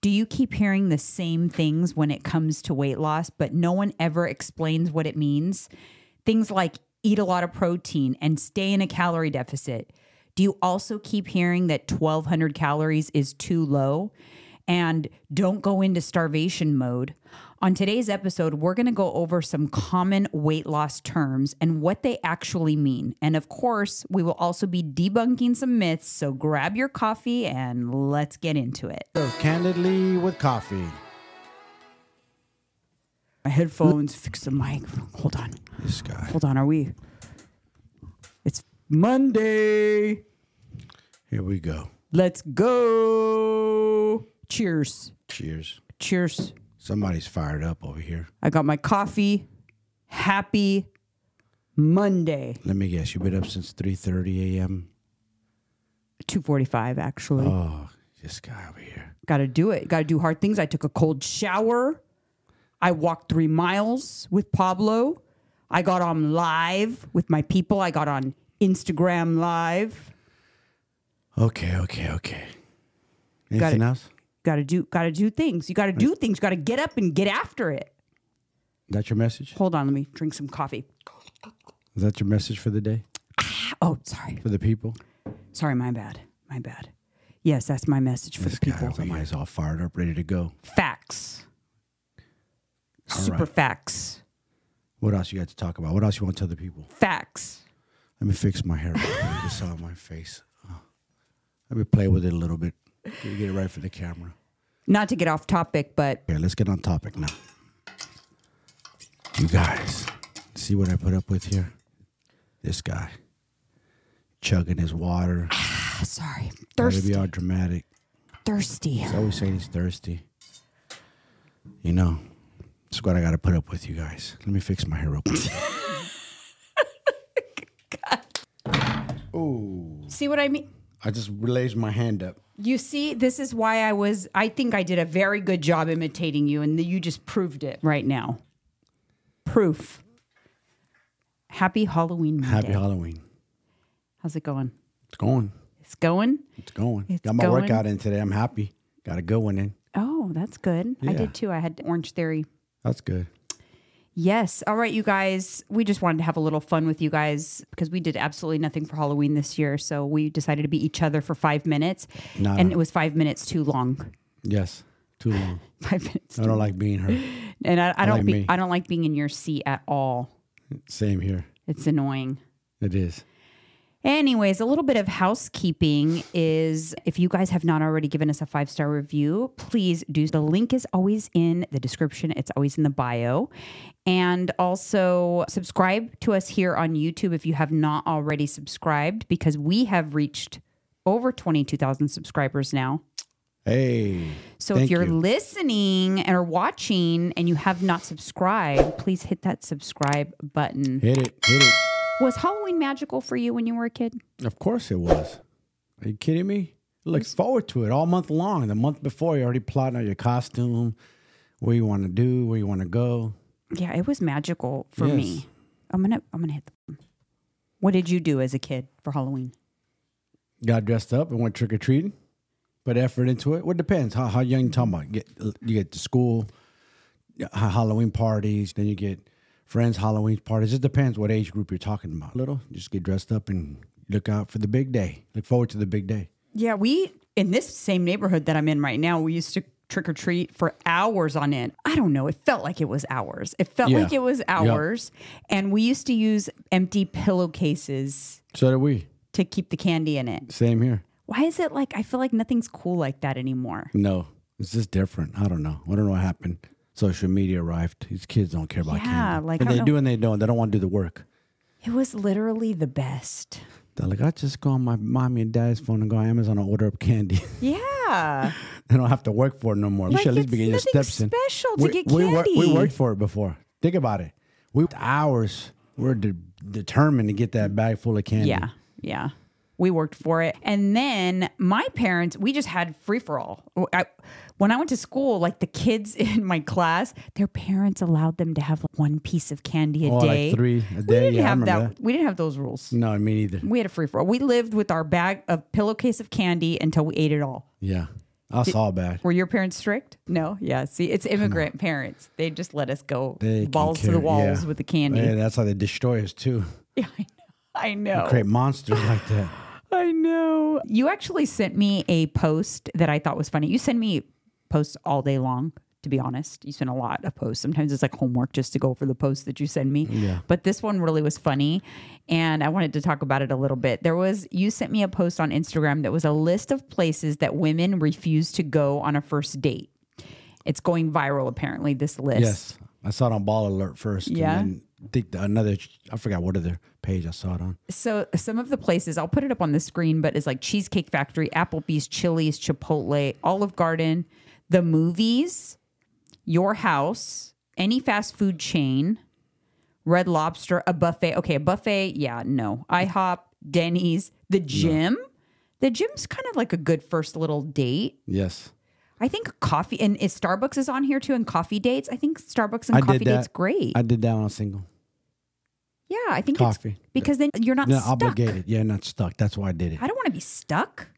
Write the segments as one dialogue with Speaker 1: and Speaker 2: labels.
Speaker 1: do you keep hearing the same things when it comes to weight loss, but no one ever explains what it means? Things like eat a lot of protein and stay in a calorie deficit. Do you also keep hearing that 1200 calories is too low? And don't go into starvation mode. On today's episode, we're gonna go over some common weight loss terms and what they actually mean. And of course, we will also be debunking some myths. So grab your coffee and let's get into it.
Speaker 2: So candidly with coffee.
Speaker 1: My headphones, fix the mic. Hold on.
Speaker 2: This guy.
Speaker 1: Hold on. Are we? It's Monday.
Speaker 2: Here we go.
Speaker 1: Let's go. Cheers.
Speaker 2: Cheers.
Speaker 1: Cheers.
Speaker 2: Somebody's fired up over here.
Speaker 1: I got my coffee. Happy Monday.
Speaker 2: Let me guess. You've been up since 3:30 a.m.
Speaker 1: 2:45 actually.
Speaker 2: Oh, this guy over here.
Speaker 1: Got to do it. Got to do hard things. I took a cold shower. I walked three miles with Pablo. I got on live with my people. I got on Instagram live.
Speaker 2: Okay, okay, okay.
Speaker 1: it.
Speaker 2: Anything else?
Speaker 1: Got to do. Got to do things. You got to do things. You got to get up and get after it.
Speaker 2: That your message?
Speaker 1: Hold on. Let me drink some coffee.
Speaker 2: Is that your message for the day?
Speaker 1: Oh, sorry.
Speaker 2: For the people?
Speaker 1: Sorry. My bad. My bad. Yes, that's my message for
Speaker 2: This
Speaker 1: the
Speaker 2: guy
Speaker 1: people.
Speaker 2: over here is all fired up, ready to go.
Speaker 1: Facts. Super facts.
Speaker 2: What else you got to talk about? What else you want to tell the people?
Speaker 1: Facts.
Speaker 2: Let me fix my hair. I just saw my face. Oh. Let me play with it a little bit. Let me Get it right for the camera.
Speaker 1: Not to get off topic, but
Speaker 2: Okay, let's get on topic now. You guys, see what I put up with here? This guy chugging his water.
Speaker 1: ah, sorry.
Speaker 2: Gotta
Speaker 1: Thirsty.
Speaker 2: be all dramatic.
Speaker 1: Thirsty.
Speaker 2: He's always saying he's thirsty. You know, that's what I gotta put up with, you guys. Let me fix my hair real quick.
Speaker 1: See what I mean?
Speaker 2: I just raised my hand up.
Speaker 1: You see, this is why I was. I think I did a very good job imitating you, and you just proved it right now. Proof. Happy Halloween Monday.
Speaker 2: Happy Halloween.
Speaker 1: How's it going?
Speaker 2: It's going.
Speaker 1: It's going.
Speaker 2: It's going.
Speaker 1: It's
Speaker 2: Got my
Speaker 1: going.
Speaker 2: workout in today. I'm happy. Got a good one in.
Speaker 1: Oh, that's good. I
Speaker 2: Yeah.
Speaker 1: did too. I had Orange Theory
Speaker 2: That's good.
Speaker 1: Yes. All right, you guys. We just wanted to have a little fun with you guys because we did absolutely nothing for Halloween this year. So we decided to be each other for five minutes.
Speaker 2: Nada.
Speaker 1: And it was five minutes too long.
Speaker 2: Yes. Too long.
Speaker 1: Five minutes.
Speaker 2: I don't like being hurt.
Speaker 1: And I, I don't
Speaker 2: like
Speaker 1: be,
Speaker 2: me.
Speaker 1: I don't like being in your seat at all.
Speaker 2: Same here.
Speaker 1: It's annoying.
Speaker 2: It is.
Speaker 1: Anyways, a little bit of housekeeping is if you guys have not already given us a five star review, please do. The link is always in the description, it's always in the bio. And also subscribe to us here on YouTube if you have not already subscribed, because we have reached over 22,000 subscribers now.
Speaker 2: Hey.
Speaker 1: So
Speaker 2: Thank
Speaker 1: if you're
Speaker 2: you.
Speaker 1: listening or watching and you have not subscribed, please hit that subscribe button.
Speaker 2: Hit it. Hit it.
Speaker 1: Was Halloween magical for you when you were a kid?
Speaker 2: Of course it was. Are you kidding me? I Look forward to it all month long. The month before, you're already plotting out your costume, what you want to do, where you want to go.
Speaker 1: Yeah, it was magical for
Speaker 2: Yes.
Speaker 1: me. I'm gonna I'm gonna hit the button. What did you do as a kid for Halloween?
Speaker 2: Got dressed up and went trick or treating. Put effort into it. Well, it depends how, how young you're talking about. Get, you get to school, ha- Halloween parties, then you get friends' Halloween parties. It depends what age group you're talking about. Little, just get dressed up and look out for the big day. Look forward to the big day.
Speaker 1: Yeah, we in this same neighborhood that I'm in right now, we used to trick or treat for hours on end. I don't know, it felt like it was hours. It felt
Speaker 2: Yeah.
Speaker 1: like it was hours. And we used to use empty pillowcases
Speaker 2: So do we.
Speaker 1: to keep the candy in it.
Speaker 2: Same here.
Speaker 1: Why is it like I feel like nothing's cool like that anymore?
Speaker 2: No, it's just different. I don't know. I don't know what happened. Social media arrived. These kids don't care about
Speaker 1: Yeah,
Speaker 2: candy.
Speaker 1: like,
Speaker 2: and
Speaker 1: I
Speaker 2: they
Speaker 1: don't
Speaker 2: do and they don't. They don't want to do the work.
Speaker 1: It was literally the best.
Speaker 2: They're like, I just go on my mommy and dad's phone and go on Amazon and order up candy.
Speaker 1: Yeah.
Speaker 2: they don't have to work for it no more.
Speaker 1: Like,
Speaker 2: we should at least
Speaker 1: it's
Speaker 2: be getting your
Speaker 1: nothing
Speaker 2: steps in.
Speaker 1: special to
Speaker 2: we,
Speaker 1: get
Speaker 2: We, wor- we
Speaker 1: candy.
Speaker 2: worked for it before. Think about it. We hours. We're de- determined to get that bag full of candy.
Speaker 1: Yeah. Yeah. We worked for it. And then my parents, we just had free for all. I- When I went to school, like the kids in my class, their parents allowed them to have like one piece of candy a
Speaker 2: Oh, like
Speaker 1: day.
Speaker 2: three a
Speaker 1: We
Speaker 2: day?
Speaker 1: didn't
Speaker 2: Yeah, I
Speaker 1: have
Speaker 2: remember
Speaker 1: that. We didn't have those rules.
Speaker 2: No, me neither.
Speaker 1: We had a free for all. We lived with our bag of pillowcase of candy until we ate it all.
Speaker 2: Yeah. That's all bad.
Speaker 1: Were your parents strict? No. Yeah. See, it's immigrant parents. They just let us go
Speaker 2: They can
Speaker 1: balls to
Speaker 2: care-
Speaker 1: the walls
Speaker 2: yeah.
Speaker 1: with the candy.
Speaker 2: Yeah, that's how they destroy us too.
Speaker 1: Yeah, I know. I know.
Speaker 2: Create monsters like that.
Speaker 1: I know. You actually sent me a post that I thought was funny. You send me posts all day long, to be honest. You send a lot of posts. Sometimes it's like homework just to go over the posts that you send me.
Speaker 2: Yeah.
Speaker 1: But this one really was funny. And I wanted to talk about it a little bit. There was, you sent me a post on Instagram that was a list of places that women refuse to go on a first date. It's going viral, apparently, this list.
Speaker 2: Yes, I saw it on Ball Alert first.
Speaker 1: Yeah?
Speaker 2: And then I think the, another. I forgot what other page I saw it on.
Speaker 1: so some of the places I'll put it up on the screen, but it's like Cheesecake Factory, Applebee's, Chili's, Chipotle, Olive Garden, the movies, your house, any fast food chain, Red Lobster, a buffet. Okay, a buffet. Yeah, no. IHOP, Denny's, the gym. The gym's kind of like a good first little date.
Speaker 2: Yes,
Speaker 1: I think coffee and is Starbucks is on here too, and coffee dates. I think Starbucks and
Speaker 2: I
Speaker 1: coffee
Speaker 2: did that.
Speaker 1: dates great.
Speaker 2: I did that on a single.
Speaker 1: yeah, I think
Speaker 2: Coffee.
Speaker 1: it's because then you're not
Speaker 2: Not
Speaker 1: stuck.
Speaker 2: obligated. Yeah, not stuck. That's why I did it.
Speaker 1: I don't want to be stuck.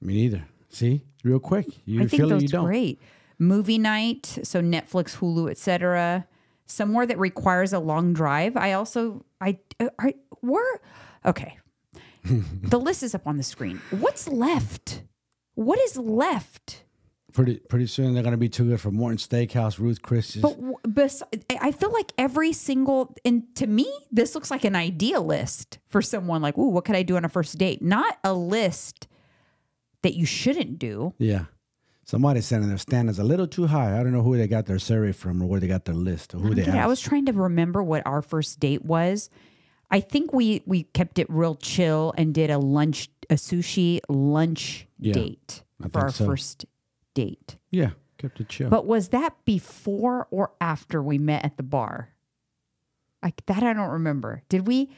Speaker 2: Me neither. See, It's real quick. You
Speaker 1: I think
Speaker 2: feel it,
Speaker 1: those
Speaker 2: you don't.
Speaker 1: great. Movie night, so Netflix, Hulu, etc. Somewhere that requires a long drive. I also I uh, are we're okay. the list is up on the screen. What's left? What is left?
Speaker 2: Pretty, pretty soon they're gonna be too good for Morton Steakhouse, Ruth Chris's.
Speaker 1: But w- bes- I I feel like every single and to me this looks like an idea list for someone like, "Ooh, what could I do on a first date?" Not a list that you shouldn't do.
Speaker 2: yeah, somebody's saying their standards a little too high. I don't know who they got their survey from or where they got their list or who they
Speaker 1: Okay, I
Speaker 2: asked.
Speaker 1: was trying to remember what our first date was. I think we we kept it real chill and did a lunch a sushi lunch
Speaker 2: Yeah,
Speaker 1: date
Speaker 2: I
Speaker 1: for our
Speaker 2: think so.
Speaker 1: first date.
Speaker 2: yeah, kept it chill.
Speaker 1: But was that before or after we met at the bar? Like that I don't remember. Did we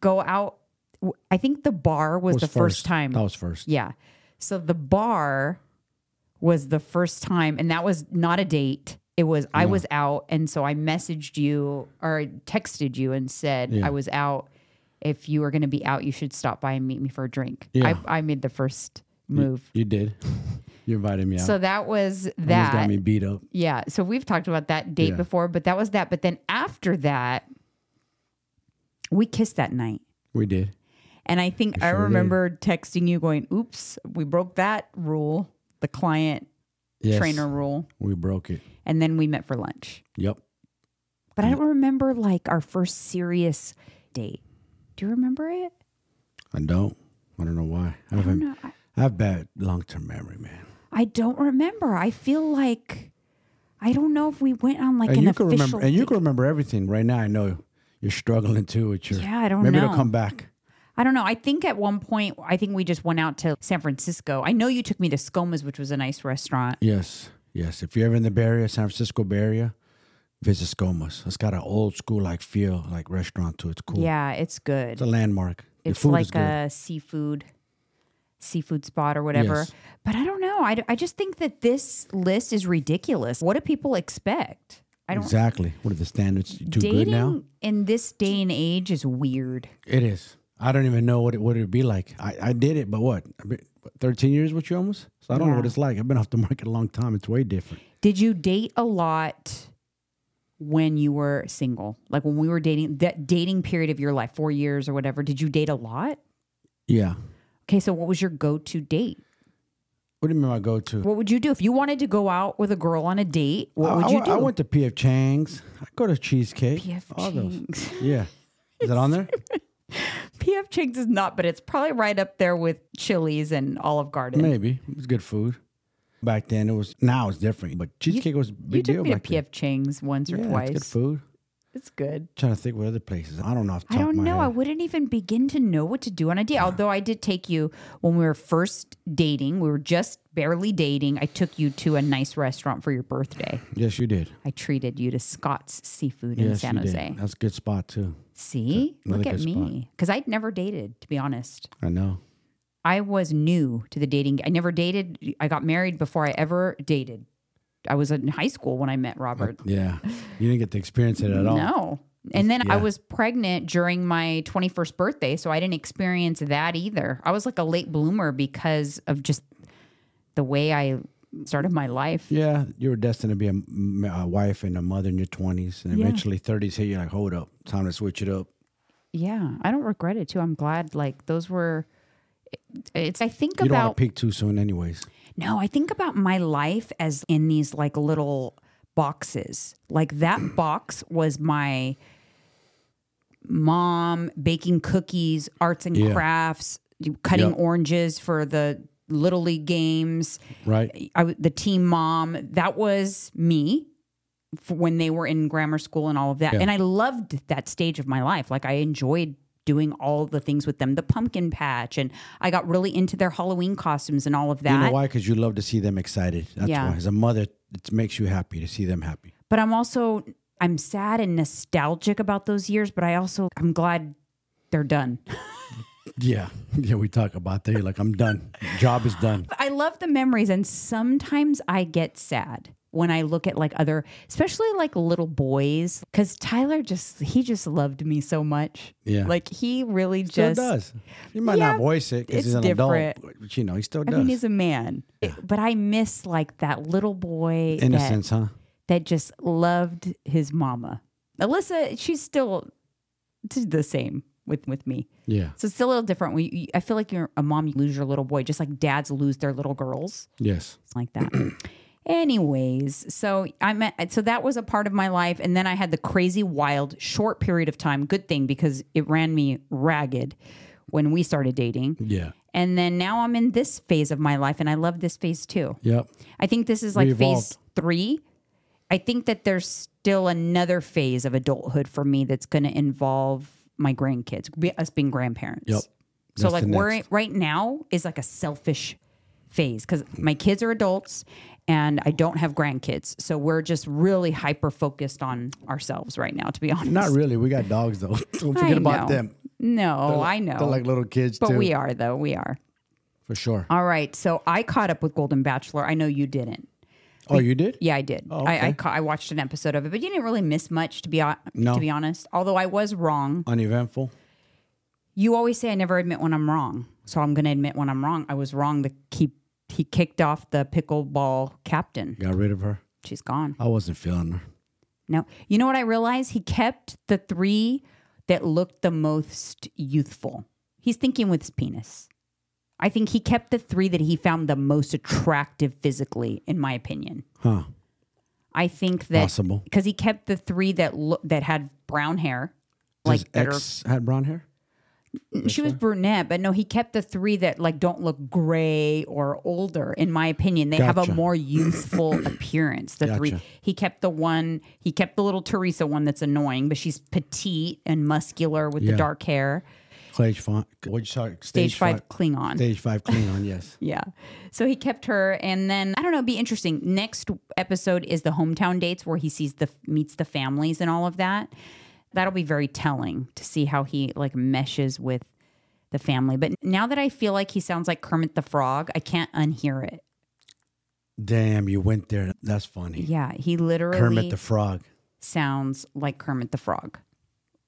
Speaker 1: go out w- I think the bar was,
Speaker 2: That
Speaker 1: the first, time.
Speaker 2: That was first.
Speaker 1: Yeah. So the bar was the first time, and that was not a date. It was I was out, and so I messaged you or I texted you and said
Speaker 2: Yeah.
Speaker 1: I was out. If you were going to be out, you should stop by and meet me for a drink.
Speaker 2: Yeah.
Speaker 1: I, I made the first move.
Speaker 2: You did. you invited me out.
Speaker 1: So that was
Speaker 2: Almost
Speaker 1: that.
Speaker 2: got me beat up.
Speaker 1: Yeah. So we've talked about that date
Speaker 2: Yeah.
Speaker 1: before, but that was that. But then after that, we kissed that night.
Speaker 2: We did.
Speaker 1: And I think I
Speaker 2: sure did.
Speaker 1: remember texting you going, oops, we broke that rule, the client
Speaker 2: Yes,
Speaker 1: trainer rule.
Speaker 2: We broke it.
Speaker 1: And then we met for lunch.
Speaker 2: Yep.
Speaker 1: But I don't remember like our first serious date. Do you remember it?
Speaker 2: I don't. I don't know why. I have,
Speaker 1: No, I,
Speaker 2: I have bad long term memory, man.
Speaker 1: I don't remember. I feel like I don't know if we went on like
Speaker 2: And
Speaker 1: an
Speaker 2: you can
Speaker 1: official
Speaker 2: remember. And you
Speaker 1: date.
Speaker 2: can remember everything. Right now, I know you're struggling too with your.
Speaker 1: Yeah, I don't
Speaker 2: Maybe
Speaker 1: know.
Speaker 2: it'll come back.
Speaker 1: I don't know. I think at one point, I think we just went out to San Francisco. I know you took me to Skoma's, which was a nice restaurant.
Speaker 2: Yes, yes. If you're ever in the Bay Area, San Francisco Bay Area, visit Skomas. It's got an old school like feel, like restaurant too. It's cool.
Speaker 1: Yeah, it's good.
Speaker 2: It's a landmark. The
Speaker 1: it's
Speaker 2: food is
Speaker 1: like
Speaker 2: good.
Speaker 1: a seafood seafood spot or whatever
Speaker 2: Yes.
Speaker 1: but i don't know I, d- I just think that this list is ridiculous what do people expect i don't
Speaker 2: exactly. What are the standards? You Too good now.
Speaker 1: dating in this day and age is weird
Speaker 2: It is. I don't even know what it would be like. I, I did it, but what? I've been- what, Thirteen years with you almost. So I don't know what it's like. I've been off the market a long time. It's way different.
Speaker 1: did you date a lot when you were single like when we were dating that dating period of your life four years or whatever did you date a lot
Speaker 2: Yeah.
Speaker 1: okay so what was your go-to date
Speaker 2: What do you mean by go to?
Speaker 1: what would you do if you wanted to go out with a girl on a date what would
Speaker 2: I,
Speaker 1: you
Speaker 2: I-
Speaker 1: do
Speaker 2: I went to PF Chang's. I go to Cheesecake.
Speaker 1: PF
Speaker 2: all those.
Speaker 1: Chang's.
Speaker 2: Yeah. Is that on there?
Speaker 1: PF Chang's is not, but it's probably right up there with Chili's and Olive Garden.
Speaker 2: Maybe. It was good food. Back then it was now it's different, but cheesecake was a big
Speaker 1: you
Speaker 2: deal
Speaker 1: took me to
Speaker 2: back then.
Speaker 1: PF Chang's once or
Speaker 2: yeah,
Speaker 1: twice.
Speaker 2: It's good food.
Speaker 1: It's good.
Speaker 2: trying to think what other places. I don't know off the
Speaker 1: I
Speaker 2: top of
Speaker 1: don't
Speaker 2: my
Speaker 1: know. I
Speaker 2: head.
Speaker 1: wouldn't even begin to know what to do on a date. Although I did take you when we were first dating, we were just barely dating. I took you to a nice restaurant for your birthday.
Speaker 2: Yes, you did.
Speaker 1: I treated you to Scott's Seafood in
Speaker 2: Yes,
Speaker 1: San
Speaker 2: you did.
Speaker 1: Jose.
Speaker 2: That's a good spot too.
Speaker 1: See,
Speaker 2: another
Speaker 1: look at
Speaker 2: good
Speaker 1: me, because I'd never dated, to be honest.
Speaker 2: I know.
Speaker 1: I was new to the dating. I never dated. I got married before I ever dated. I was in high school when I met Robert.
Speaker 2: Yeah. You didn't get to experience it at all.
Speaker 1: No. And then I
Speaker 2: Yeah.
Speaker 1: was pregnant during my 21st birthday, so I didn't experience that either. I was like a late bloomer because of just the way I started my life.
Speaker 2: Yeah, you were destined to be a, m- a wife and a mother in your 20s. And
Speaker 1: Yeah.
Speaker 2: eventually 30s hit, you're like, hold up, time to switch it up.
Speaker 1: Yeah, I don't regret it too. I'm glad like those were. It's I think
Speaker 2: You don't
Speaker 1: about
Speaker 2: want to peak too soon, anyways.
Speaker 1: No, I think about my life as in these like little boxes. Like that box was my mom baking cookies, arts and
Speaker 2: Yeah.
Speaker 1: crafts, cutting
Speaker 2: Yep.
Speaker 1: oranges for the little league games.
Speaker 2: Right?
Speaker 1: I w the team mom. That was me f when they were in grammar school and all of that. And I loved that stage of my life. Like I enjoyed doing all the things with them, the pumpkin patch, and I got really into their Halloween costumes and all of that.
Speaker 2: You know why? Because you love to see them excited. That's
Speaker 1: Yeah.
Speaker 2: why. As a mother, it makes you happy to see them happy.
Speaker 1: but I'm also I'm sad and nostalgic about those years, but I also I'm glad they're done.
Speaker 2: Yeah. Yeah, we talk about that. You're like, I'm done. Job is done.
Speaker 1: I love the memories and sometimes I get sad when I look at like other especially like little boys cuz Tyler just he just loved me so much.
Speaker 2: Yeah.
Speaker 1: Like he really
Speaker 2: Still
Speaker 1: just
Speaker 2: does. He might
Speaker 1: Yeah,
Speaker 2: not voice it because
Speaker 1: it's
Speaker 2: he's an
Speaker 1: different.
Speaker 2: adult. But, you know, he still
Speaker 1: I
Speaker 2: does.
Speaker 1: mean he's a man. But I miss like that little boy that-
Speaker 2: Innocence, huh?
Speaker 1: that just loved his mama. Alyssa, she's still the same with with me.
Speaker 2: Yeah.
Speaker 1: So it's still a little different. We, you- I feel like you're a mom, you lose your little boy, just like dads lose their little girls.
Speaker 2: Yes.
Speaker 1: It's like that. Anyways, so I met, so that was a part of my life, and then I had the crazy, wild, short period of time. Good thing because it ran me ragged when we started dating,
Speaker 2: Yeah.
Speaker 1: and then now I'm in this phase of my life, and I love this phase too.
Speaker 2: Yep.
Speaker 1: I think this is like
Speaker 2: We
Speaker 1: phase
Speaker 2: evolved.
Speaker 1: three. I think that there's still another phase of adulthood for me that's going to involve my grandkids, be- us being grandparents.
Speaker 2: Yep.
Speaker 1: So
Speaker 2: That's
Speaker 1: like
Speaker 2: the
Speaker 1: we're
Speaker 2: next.
Speaker 1: right now is like a selfish phase because my kids are adults and I don't have grandkids, so we're just really hyper focused on ourselves right now. To be honest,
Speaker 2: Not really. We got dogs, though. Don't
Speaker 1: I
Speaker 2: forget about
Speaker 1: know.
Speaker 2: them.
Speaker 1: No, I know,
Speaker 2: They're like little kids,
Speaker 1: but
Speaker 2: too.
Speaker 1: we are though. We are.
Speaker 2: For sure.
Speaker 1: All right. So I caught up with Golden Bachelor. I know you didn't.
Speaker 2: Oh, you did?
Speaker 1: Yeah, I did. I I, ca- I watched an episode of it, but you didn't really miss much to be on-
Speaker 2: No.
Speaker 1: to be honest. Although I was wrong.
Speaker 2: Uneventful.
Speaker 1: You always say I never admit when I'm wrong, so I'm going to admit when I'm wrong. I was wrong. The keep he kicked off the pickleball captain.
Speaker 2: Got rid of her.
Speaker 1: She's gone.
Speaker 2: I wasn't feeling her.
Speaker 1: No, you know what I realized? He kept the three that looked the most youthful. He's thinking with his penis. I think he kept the three that he found the most attractive physically, in my opinion.
Speaker 2: Huh.
Speaker 1: I think that
Speaker 2: Possible.
Speaker 1: because he kept the three that look that had brown hair, like
Speaker 2: His
Speaker 1: that are-
Speaker 2: ex had brown hair?
Speaker 1: she was brunette, but no, he kept the three that like don't look gray or older. In my opinion, they have a
Speaker 2: Gotcha.
Speaker 1: more youthful appearance. The three
Speaker 2: Gotcha.
Speaker 1: he kept the one he kept the little Teresa one that's annoying, but she's petite and muscular with
Speaker 2: Yeah.
Speaker 1: the dark hair.
Speaker 2: Stage five. What'd you say? Stage,
Speaker 1: Stage, five, Klingon.
Speaker 2: Stage five Klingon, yes.
Speaker 1: Yeah. So he kept her, and then I don't know. It'd be interesting. Next episode is the hometown dates where he sees the meets the families and all of that. That'll be very telling to see how he like meshes with the family. But now that I feel like he sounds like Kermit the Frog, I can't unhear it.
Speaker 2: Damn, you went there. That's funny.
Speaker 1: Yeah, he literally
Speaker 2: Kermit the Frog.
Speaker 1: sounds like Kermit the Frog.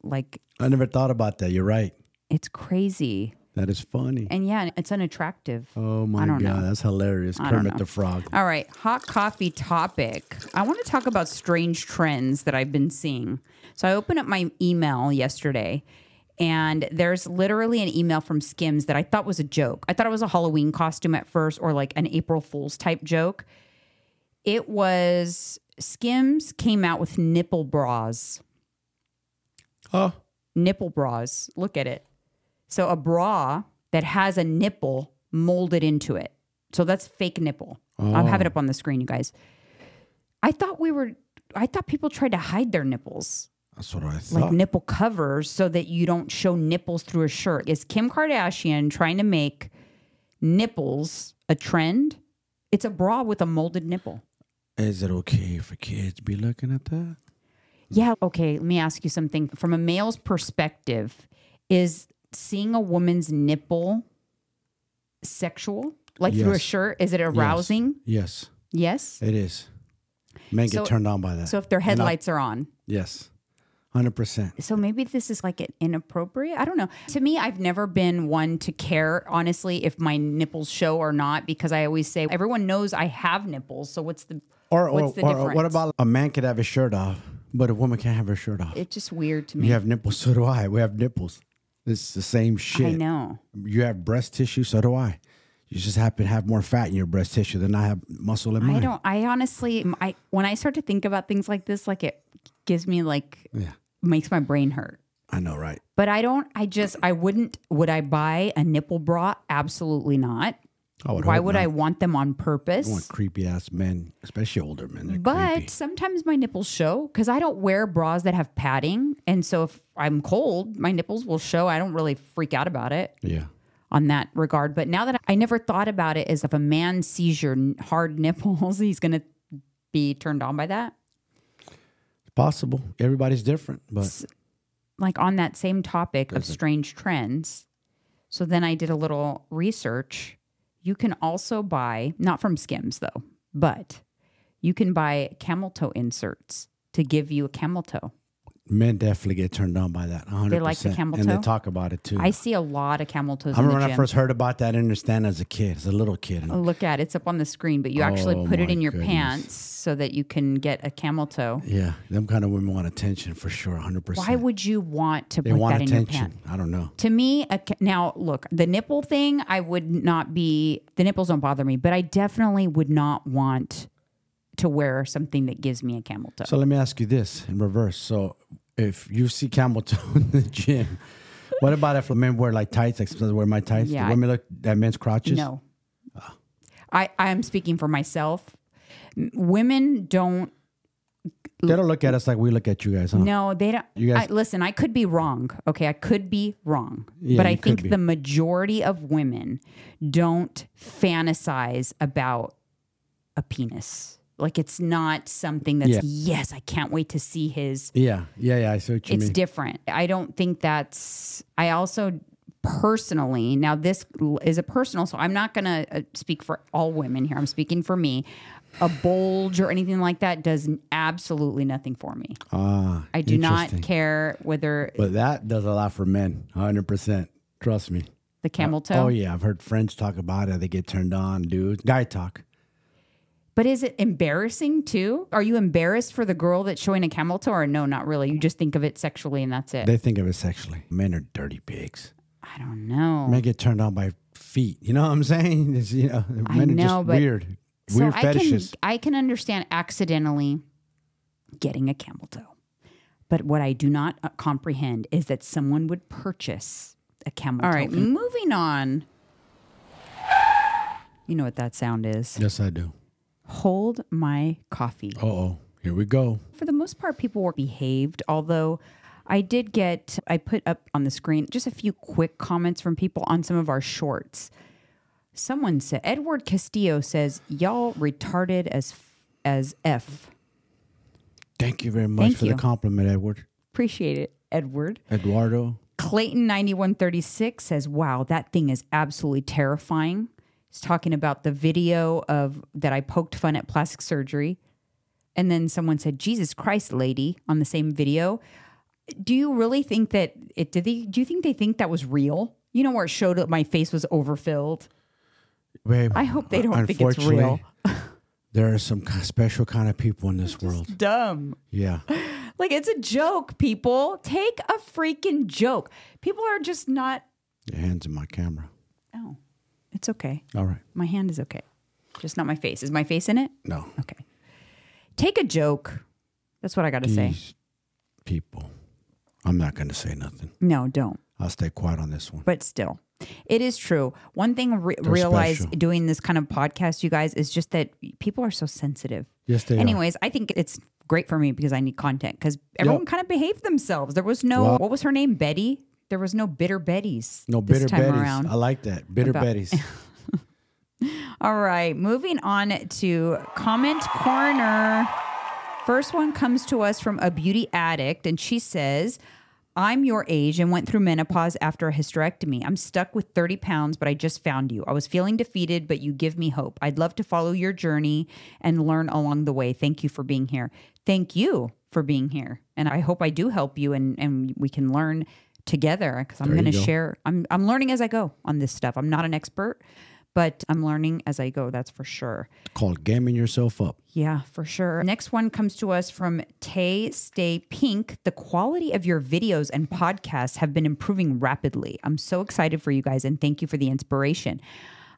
Speaker 1: Like
Speaker 2: I never thought about that. You're right.
Speaker 1: it's crazy,
Speaker 2: That is funny.
Speaker 1: and yeah, it's unattractive.
Speaker 2: Oh my
Speaker 1: don't
Speaker 2: god,
Speaker 1: know.
Speaker 2: that's hilarious. Kermit the Frog.
Speaker 1: All right, hot coffee topic. I want to talk about strange trends that I've been seeing. So I opened up my email yesterday and there's literally an email from Skims that I thought was a joke. I thought it was a Halloween costume at first or like an April Fool's type joke. It was Skims came out with nipple bras.
Speaker 2: Oh,
Speaker 1: Nipple bras. Look at it. So a bra that has a nipple molded into it. So that's fake nipple. I'll have it up on the screen, you guys. I thought we were. I thought people tried to hide their nipples,
Speaker 2: that's what I
Speaker 1: like
Speaker 2: thought.
Speaker 1: nipple covers, so that you don't show nipples through a shirt. Is Kim Kardashian trying to make nipples a trend? It's a bra with a molded nipple.
Speaker 2: is it okay for kids to be looking at that?
Speaker 1: Yeah. Okay. Let me ask you something. From a male's perspective, is seeing a woman's nipple sexual? Like through a
Speaker 2: Yes.
Speaker 1: shirt? Is it arousing?
Speaker 2: Yes,
Speaker 1: Yes.
Speaker 2: it is. Men
Speaker 1: So-
Speaker 2: get turned on by that.
Speaker 1: So if their headlights are on,
Speaker 2: yes, hundred percent.
Speaker 1: so maybe this is like an inappropriate. I don't know. To me, I've never been one to care honestly if my nipples show or not because I always say everyone knows I have nipples. So what's the
Speaker 2: Or or,
Speaker 1: what's the
Speaker 2: or, or
Speaker 1: difference?
Speaker 2: what about a man could have his shirt off, but a woman can't have her shirt off?
Speaker 1: It's just weird to me.
Speaker 2: you have nipples, so do I. We have nipples. It's the same shit.
Speaker 1: I know.
Speaker 2: You have breast tissue, so do I. You just happen to have more fat in your breast tissue than I have muscle in mine.
Speaker 1: I don't. I honestly, I when I start to think about things like this, like it gives me like
Speaker 2: Yeah,
Speaker 1: makes my brain hurt.
Speaker 2: I know, right?
Speaker 1: But I don't. I just. I wouldn't. Would I buy a nipple bra? Absolutely not.
Speaker 2: I would
Speaker 1: Why
Speaker 2: hope
Speaker 1: would I want them on purpose?
Speaker 2: want creepy ass men, especially older men. They're
Speaker 1: But
Speaker 2: creepy.
Speaker 1: sometimes my nipples show because I don't wear bras that have padding. And so if I'm cold, my nipples will show. I don't really freak out about it
Speaker 2: yeah,
Speaker 1: on that regard. But now that I never thought about it as if a man sees your n- hard nipples, he's going to be turned on by that.
Speaker 2: it's possible. Everybody's different, but
Speaker 1: Like on that same topic
Speaker 2: Mm-hmm.
Speaker 1: of strange trends. So then I did a little research. You can also buy, not from Skims though, but you can buy camel toe inserts to give you a camel toe.
Speaker 2: men definitely get turned on by that. 100%.
Speaker 1: They like the camel
Speaker 2: and they
Speaker 1: toe?
Speaker 2: talk about it too.
Speaker 1: I see a lot of camel toes.
Speaker 2: I
Speaker 1: in the
Speaker 2: remember when I
Speaker 1: gym.
Speaker 2: first heard about that. I didn't understand as a kid, as a little kid. And
Speaker 1: Oh, Look at it. it's up on the screen, but you actually
Speaker 2: Oh,
Speaker 1: put it
Speaker 2: my
Speaker 1: in your
Speaker 2: goodness.
Speaker 1: pants so that you can get a camel toe.
Speaker 2: Yeah, them kind of women want attention for sure, 100%.
Speaker 1: Why would you want to
Speaker 2: they
Speaker 1: put
Speaker 2: want
Speaker 1: that in your pants?
Speaker 2: attention. I don't know.
Speaker 1: To me, a, ca- now look, the nipple thing, I would not be, the nipples don't bother me, but I definitely would not want to wear something that gives me a camel toe.
Speaker 2: So let me ask you this in reverse. So if you see camel toe in the gym, what about if men wear like tights, like sometimes I wear my tights?
Speaker 1: Yeah,
Speaker 2: Do
Speaker 1: I-
Speaker 2: women look at men's crotches?
Speaker 1: No.
Speaker 2: Ah.
Speaker 1: I, I'm speaking for myself. M- Women don't,
Speaker 2: They don't look at us like we look at you guys, huh?
Speaker 1: no, they don't.
Speaker 2: Hmm. You guys-
Speaker 1: I, listen, I could be wrong. Okay. I could be wrong.
Speaker 2: Yeah,
Speaker 1: but I
Speaker 2: you could be.
Speaker 1: think the majority of women don't fantasize about a penis. Like it's not something that's,
Speaker 2: Yeah.
Speaker 1: yes, I can't wait to see his
Speaker 2: Yeah, yeah, yeah. I see what you
Speaker 1: it's
Speaker 2: mean.
Speaker 1: different. I don't think that's. I also personally now this l- is a personal, so I'm not going to uh, speak for all women here. I'm speaking for me. A bulge or anything like that does n- absolutely nothing for me.
Speaker 2: ah,
Speaker 1: I do not
Speaker 2: interesting.
Speaker 1: care whether
Speaker 2: But that does a lot for men, 100%. Trust me.
Speaker 1: the camel toe.
Speaker 2: Oh, yeah. I've heard friends talk about it. They get turned on, dude. Guy talk.
Speaker 1: But is it embarrassing too? Are you embarrassed for the girl that's showing a camel toe? Or no, not really. You just think of it sexually and that's it.
Speaker 2: They think of it sexually. Men are dirty pigs.
Speaker 1: I don't know.
Speaker 2: Men get turned on by feet. You know what I'm saying? It's, you know, men are
Speaker 1: know,
Speaker 2: just
Speaker 1: but-
Speaker 2: weird.
Speaker 1: so
Speaker 2: weird
Speaker 1: I
Speaker 2: fetishes.
Speaker 1: can I can understand accidentally getting a camel toe, but what I do not uh, comprehend is that someone would purchase a camel toe. All right, moving on. You know what that sound is?
Speaker 2: yes, I do.
Speaker 1: Hold my coffee.
Speaker 2: Uh oh. Here we go.
Speaker 1: For the most part, people were behaved, although. I did get, I put up on the screen just a few quick comments from people on some of our shorts. Someone said, Edward Castillo says, y'all retarded as, f- as F.
Speaker 2: Thank you very much
Speaker 1: Thank
Speaker 2: for
Speaker 1: you.
Speaker 2: the compliment, Edward.
Speaker 1: Appreciate it, Edward.
Speaker 2: Eduardo.
Speaker 1: Clayton9136 says, Wow, that thing is absolutely terrifying. He's talking about the video of that I poked fun at plastic surgery. And then someone said, Jesus Christ, lady, on the same video. Do you really think that it did they do you think they think that was real? You know where it showed that my face was overfilled?
Speaker 2: Babe,
Speaker 1: I hope they
Speaker 2: uh,
Speaker 1: don't think it's
Speaker 2: unfortunately,
Speaker 1: real.
Speaker 2: there are some ki- special kind of people in this world.
Speaker 1: Dumb.
Speaker 2: Yeah.
Speaker 1: Like it's a joke, people. Take a freaking joke. People are just not
Speaker 2: Your hands in my camera.
Speaker 1: Oh, it's okay.
Speaker 2: All right.
Speaker 1: My hand is okay. Just not my face. Is my face in it?
Speaker 2: No.
Speaker 1: Okay. Take a joke. That's what I got to say.
Speaker 2: These people. I'm not going to say nothing.
Speaker 1: No, don't.
Speaker 2: I'll stay quiet on this one.
Speaker 1: But still, it is true. One thing re- realize
Speaker 2: special.
Speaker 1: doing this kind of podcast, you guys, is just that people are so sensitive.
Speaker 2: Yes, they are.
Speaker 1: Anyways, I think it's great for me because I need content because everyone kind of behaved themselves. There was no,
Speaker 2: Well-
Speaker 1: what was her name? Betty? There was no bitter Bettys.
Speaker 2: No
Speaker 1: this
Speaker 2: bitter
Speaker 1: time
Speaker 2: betties.
Speaker 1: around.
Speaker 2: I like that. Bitter
Speaker 1: About-
Speaker 2: betties.
Speaker 1: All right, moving on to comment corner. First one comes to us from a beauty addict, and she says, I'm your age and went through menopause after a hysterectomy. I'm stuck with 30 pounds, but I just found you. I was feeling defeated, but you give me hope. I'd love to follow your journey and learn along the way. Thank you for being here. Thank you for being here. And I hope I do help you and, and we can learn together because I'm
Speaker 2: There you
Speaker 1: going to
Speaker 2: go.
Speaker 1: share. I'm, I'm learning as I go on this stuff. I'm not an expert, but I'm learning as I go. That's for sure.
Speaker 2: called gamming yourself up.
Speaker 1: Yeah, for sure. Next one comes to us from Tay Stay Pink. The quality of your videos and podcasts have been improving rapidly. I'm so excited for you guys and thank you for the inspiration.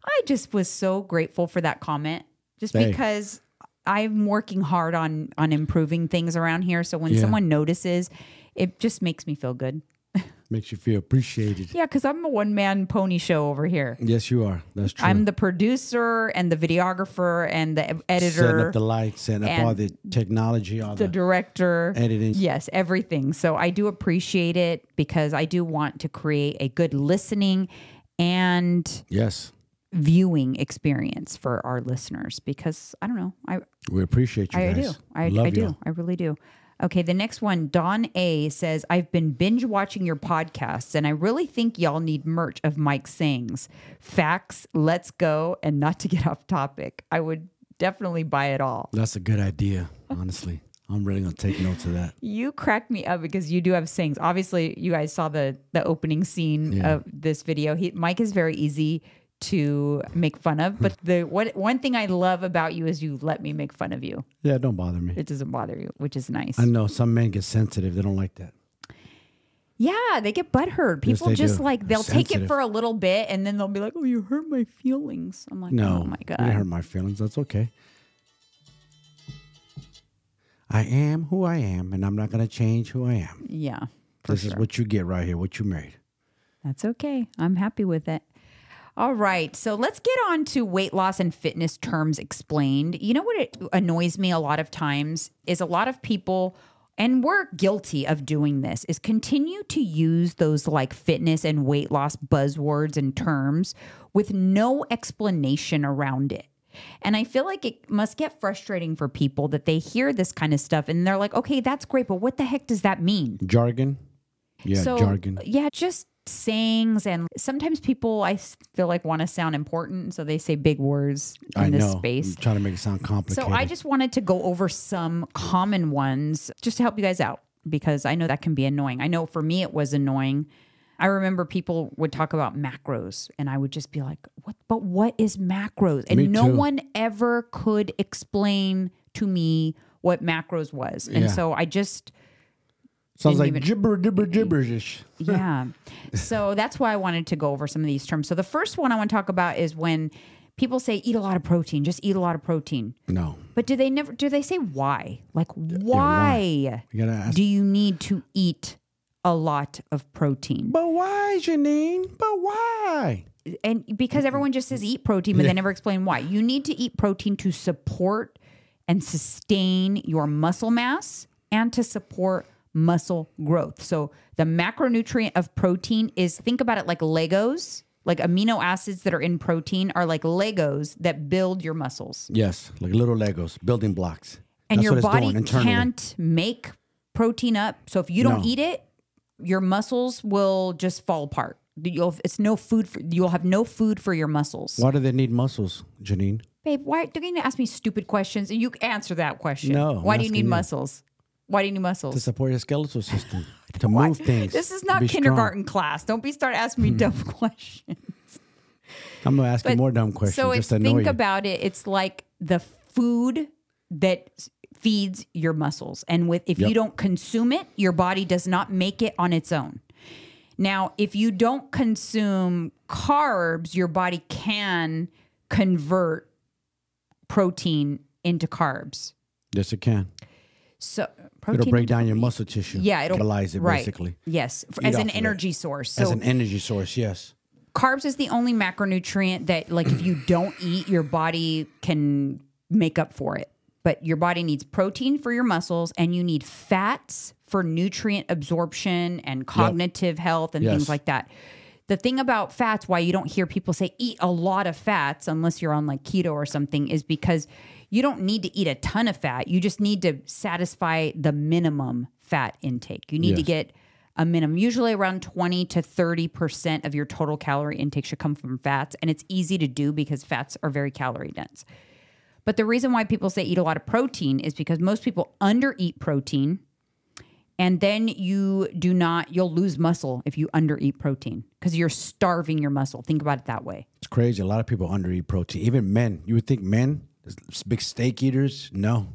Speaker 1: I just was so grateful for that comment just
Speaker 2: Hey.
Speaker 1: because I'm working hard on on improving things around here so when
Speaker 2: Yeah.
Speaker 1: someone notices it just makes me feel good.
Speaker 2: Makes you feel appreciated.
Speaker 1: Yeah, cuz I'm a one man pony show over here.
Speaker 2: Yes, you are. That's true.
Speaker 1: I'm the producer and the videographer and the e-,
Speaker 2: setting
Speaker 1: editor,
Speaker 2: up the lights, setting up all
Speaker 1: and
Speaker 2: the technology, all
Speaker 1: the
Speaker 2: the,
Speaker 1: director.
Speaker 2: editing.
Speaker 1: Yes, everything. So I do appreciate it because I do want to create a good listening and
Speaker 2: Yes,
Speaker 1: viewing experience for our listeners because I don't know. I
Speaker 2: we appreciate you
Speaker 1: I
Speaker 2: guys.
Speaker 1: do. I,
Speaker 2: Love
Speaker 1: I do.
Speaker 2: y'all.
Speaker 1: I really do. Okay, the next one, Don A says, I've been binge watching your podcasts and I really think y'all need merch of Mike Sings. Facts, let's go, and not to get off topic. I would definitely buy it all.
Speaker 2: That's a good idea. Honestly, I'm really gonna take notes of that.
Speaker 1: You cracked me up because you do have sings. Obviously, you guys saw the the opening scene
Speaker 2: Yeah.
Speaker 1: of this video. He, Mike is very easy to make fun of, but the what one thing I love about you is you let me make fun of you.
Speaker 2: Yeah, don't bother me.
Speaker 1: It doesn't bother you, which is nice.
Speaker 2: I know some men get sensitive. They don't like that.
Speaker 1: yeah, they get butthurt. People
Speaker 2: they
Speaker 1: just
Speaker 2: do.
Speaker 1: like
Speaker 2: They're
Speaker 1: they'll take it
Speaker 2: sensitive.
Speaker 1: for a little bit and then they'll be like, "Oh, you hurt my feelings." I'm like,
Speaker 2: No,
Speaker 1: "Oh my
Speaker 2: you didn't
Speaker 1: god."
Speaker 2: hurt my feelings. That's okay. I am who I am, and I'm not gonna change who I am.
Speaker 1: Yeah. For
Speaker 2: This
Speaker 1: sure.
Speaker 2: is what you get right here. What you made.
Speaker 1: That's okay. I'm happy with it. All right. So let's get on to weight loss and fitness terms explained. You know what it annoys me a lot of times is a lot of people and we're guilty of doing this is continue to use those like fitness and weight loss buzzwords and terms with no explanation around it. And I feel like it must get frustrating for people that they hear this kind of stuff and they're like, "Okay, that's great, but what the heck does that mean?"
Speaker 2: Jargon. Yeah,
Speaker 1: so uh,
Speaker 2: jargon.
Speaker 1: yeah just sayings and sometimes people i s- feel like want to sound important so they say big words in
Speaker 2: I
Speaker 1: this
Speaker 2: know.
Speaker 1: space
Speaker 2: I'm trying to make it sound
Speaker 1: so
Speaker 2: complicated.
Speaker 1: i just wanted to go over some common ones just to help you guys out because i know that can be annoying i know for me it was annoying i remember people would talk about macros and i would just be like what but what is macros and
Speaker 2: Me
Speaker 1: no
Speaker 2: too.
Speaker 1: one ever could explain to me what macros was and
Speaker 2: Yeah.
Speaker 1: so i just
Speaker 2: sounds
Speaker 1: didn't
Speaker 2: like
Speaker 1: even-
Speaker 2: gibber gibber gibberish.
Speaker 1: yeah. So that's why I wanted to go over some of these terms. So the first one I want to talk about is when people say eat a lot of protein, just eat a lot of protein.
Speaker 2: No,
Speaker 1: But do they never do they say why? Like why,
Speaker 2: you gotta ask.
Speaker 1: do you need to eat a lot of protein?
Speaker 2: But why, Janine? But why?
Speaker 1: And because
Speaker 2: Mm-hmm.
Speaker 1: everyone just says eat protein but they never explain why. You need to eat protein to support and sustain your muscle mass and to support muscle growth. So the macronutrient of protein is think about it like Legos. Like amino acids that are in protein are like Legos that build your muscles.
Speaker 2: Yes, like little Legos, building blocks.
Speaker 1: And
Speaker 2: That's what
Speaker 1: your
Speaker 2: it's
Speaker 1: body
Speaker 2: doing internally.
Speaker 1: can't make protein up. So if you don't
Speaker 2: No.
Speaker 1: eat it, your muscles will just fall apart. You'll it's no food for you'll have no food for your muscles.
Speaker 2: Why do they need muscles, Janine?
Speaker 1: babe, why do you need to ask me stupid questions? You answer that question.
Speaker 2: No, I'm
Speaker 1: Why do you
Speaker 2: asking
Speaker 1: need
Speaker 2: you.
Speaker 1: muscles? Why do you need
Speaker 2: To
Speaker 1: muscles?
Speaker 2: support your skeletal system, to move things.
Speaker 1: This is
Speaker 2: to
Speaker 1: not
Speaker 2: be strong. Hmm.
Speaker 1: kindergarten class. Don't be start asking me dumb questions.
Speaker 2: I'm gonna ask you more dumb questions
Speaker 1: So
Speaker 2: just
Speaker 1: it's
Speaker 2: to annoy
Speaker 1: think
Speaker 2: you.
Speaker 1: about it. It's like the food that s- feeds your muscles, and with if you
Speaker 2: Yep.
Speaker 1: don't consume it, your body does not make it on its own. Now, if you don't consume carbs, your body can convert protein into carbs.
Speaker 2: yes, it can.
Speaker 1: So
Speaker 2: It'll
Speaker 1: protein
Speaker 2: break down your muscle tissue.
Speaker 1: Yeah, it'll
Speaker 2: catalyze it
Speaker 1: right.
Speaker 2: basically
Speaker 1: Yes, f-
Speaker 2: Eat
Speaker 1: as
Speaker 2: off
Speaker 1: an
Speaker 2: of it.
Speaker 1: energy source. So
Speaker 2: as an e- energy source. Yes,
Speaker 1: carbs is the only macronutrient that, like, if you don't eat, your body can make up for it. But your body needs protein for your muscles, and you need fats for nutrient absorption and cognitive health and things
Speaker 2: Yes.
Speaker 1: like that. The thing about fats, why you don't hear people say eat a lot of fats unless you're on like keto or something, is because you don't need to eat a ton of fat. You just need to satisfy the minimum fat intake. You need to
Speaker 2: Yes.
Speaker 1: get a minimum. Usually around 20 to 30% of your total calorie intake should come from fats. And it's easy to do because fats are very calorie dense. But the reason why people say eat a lot of protein is because most people undereat protein And then you do not, you'll lose muscle if you undereat protein because you're starving your muscle. Think about it that way.
Speaker 2: It's crazy. A lot of people undereat protein. Even men. You would think men, s- big steak eaters, no,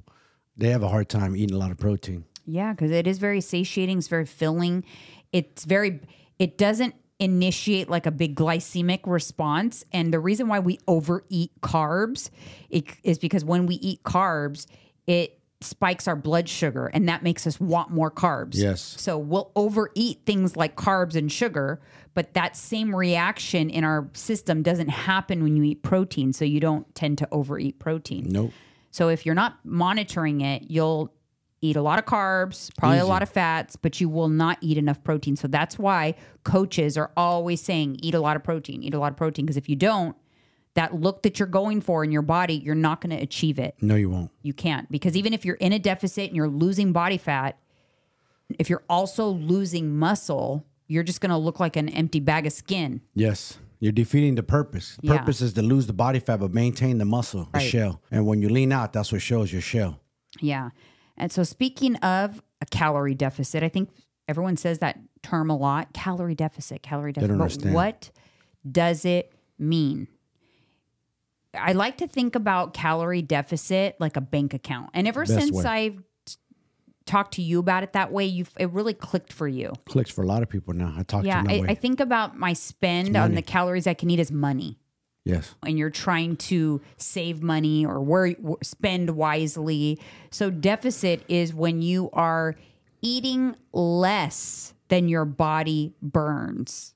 Speaker 2: they have a hard time eating a lot of protein.
Speaker 1: Yeah, because it is very satiating. It's very filling. It's very. It doesn't initiate like a big glycemic response. And the reason why we overeat carbs it, is because when we eat carbs, it spikes our blood sugar, and that makes us want more carbs.
Speaker 2: Yes.
Speaker 1: So we'll overeat things like carbs and sugar, but that same reaction in our system doesn't happen when you eat protein. So you don't tend to overeat protein.
Speaker 2: Nope.
Speaker 1: So if you're not monitoring it, you'll eat a lot of carbs, probably a lot of fats, but you will not eat enough protein. So that's why coaches are always saying eat a lot of protein, eat a lot of protein because if you don't, that look that you're going for in your body, you're not going to achieve it.
Speaker 2: No, you won't.
Speaker 1: You can't because even if you're in a deficit and you're losing body fat, if you're also losing muscle, you're just going to look like an empty bag of skin.
Speaker 2: Yes. You're defeating the purpose.
Speaker 1: Yeah.
Speaker 2: Purpose is to lose the body fat but maintain the muscle, the
Speaker 1: Right.
Speaker 2: shell. And when you lean out, that's what shows your shell.
Speaker 1: Yeah. And so speaking of a calorie deficit, I think everyone says that term a lot, calorie deficit, calorie deficit.
Speaker 2: don't
Speaker 1: But
Speaker 2: understand.
Speaker 1: what does it mean? I like to think about calorie deficit like a bank account. And ever
Speaker 2: Best
Speaker 1: since
Speaker 2: way.
Speaker 1: I've t- talked to you about it that way, you have it really clicked for you.
Speaker 2: Clicks for a lot of people now. I talk
Speaker 1: Yeah,
Speaker 2: to them that
Speaker 1: I,
Speaker 2: way.
Speaker 1: I think about my spend on the calories I can eat as money
Speaker 2: yes.
Speaker 1: and you're trying to save money or where spend wisely. So deficit is when you are eating less than your body burns.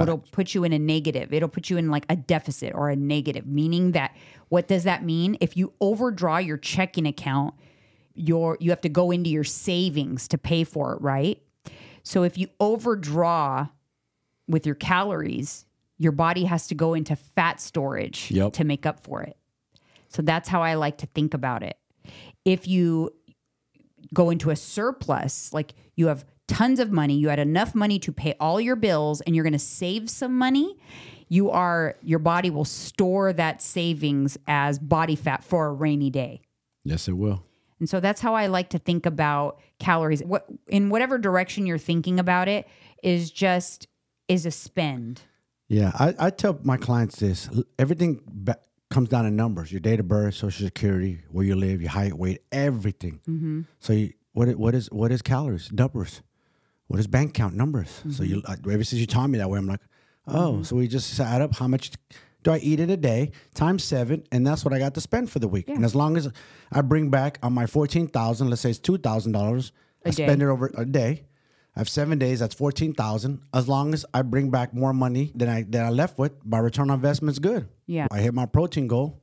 Speaker 1: It'll put you in a negative. It'll put you in like a deficit or a negative, meaning that what does that mean? If you overdraw your checking account, your you have to go into your savings to pay for it, right? So if you overdraw with your calories, your body has to go into fat storage
Speaker 2: Yep.
Speaker 1: to make up for it. So that's how I like to think about it. If you go into a surplus, like you have tons of money, you had enough money to pay all your bills and you're going to save some money, you are your body will store that savings as body fat for a rainy day.
Speaker 2: Yes, it will.
Speaker 1: And so that's how I like to think about calories. What in whatever direction you're thinking about it is just is a spend.
Speaker 2: Yeah, I, I tell my clients this. L- Everything ba- comes down to numbers: your date of birth, social security, where you live, your height, weight, everything. Mm-hmm. So, you, what i- what is what is calories? Numbers. What is bank count? Numbers. So you uh,
Speaker 1: Mm-hmm.
Speaker 2: ever since you taught me that way, I'm like, oh, so we just add up how much do I eat in a day times seven, and that's what I got to spend for the week. And as long as I bring back on my fourteen thousand, let's say it's two thousand dollars, I
Speaker 1: day.
Speaker 2: spend it over a day. I have seven days. That's fourteen thousand. As long as I bring back more money than I than I left with, my return on investment's good.
Speaker 1: Yeah.
Speaker 2: I hit my protein goal,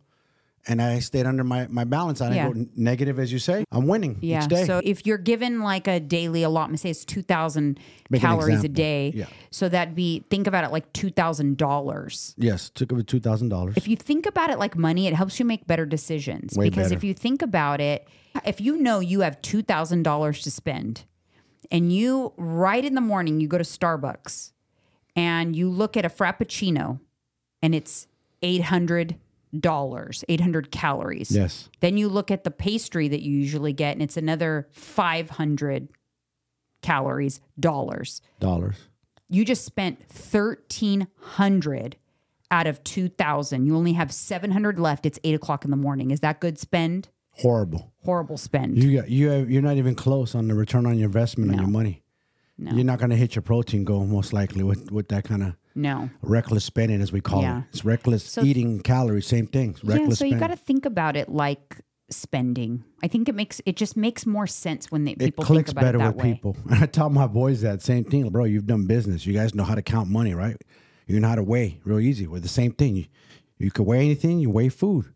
Speaker 2: and I stayed under my my balance. I didn't
Speaker 1: Yeah.
Speaker 2: go n- negative, as you say. I'm winning
Speaker 1: Yeah.
Speaker 2: each day.
Speaker 1: So if you're given like a daily allotment, say it's two thousand
Speaker 2: Make an
Speaker 1: calories a
Speaker 2: example.
Speaker 1: day.
Speaker 2: Yeah.
Speaker 1: So that'd be think about it like two thousand dollars.
Speaker 2: yes, took over two thousand dollars.
Speaker 1: If you think about it like money, it helps you make better decisions.
Speaker 2: Way
Speaker 1: because
Speaker 2: better.
Speaker 1: if you think about it, if you know you have two thousand dollars to spend and you right in the morning you go to Starbucks and you look at a frappuccino and it's eight hundred dollars, eight hundred calories.
Speaker 2: Yes.
Speaker 1: Then you look at the pastry that you usually get, and it's another 500 calories, dollars.
Speaker 2: Dollars.
Speaker 1: You just spent 1,300 out of 2,000. You only have 700 left. It's eight o'clock in the morning. Is that good spend?
Speaker 2: Horrible.
Speaker 1: Horrible spend.
Speaker 2: You got you have you're not even close on the return on your investment on your money.
Speaker 1: No.
Speaker 2: You're not gonna hit your protein goal most likely with, with that kind of
Speaker 1: no.
Speaker 2: reckless spending as we call
Speaker 1: Yeah.
Speaker 2: it. It's reckless eating calories, same thing. It's
Speaker 1: Yeah,
Speaker 2: Reckless
Speaker 1: so you
Speaker 2: spending.
Speaker 1: got to think about it like spending. I think it makes it just makes more sense when they,
Speaker 2: it
Speaker 1: people think
Speaker 2: clicks
Speaker 1: about
Speaker 2: better
Speaker 1: it that
Speaker 2: with
Speaker 1: way.
Speaker 2: people. And I tell my boys that same thing. Bro, you've done business. You guys know how to count money, right? You know how to weigh real easy. With the same thing. You, you could weigh anything, you weigh food.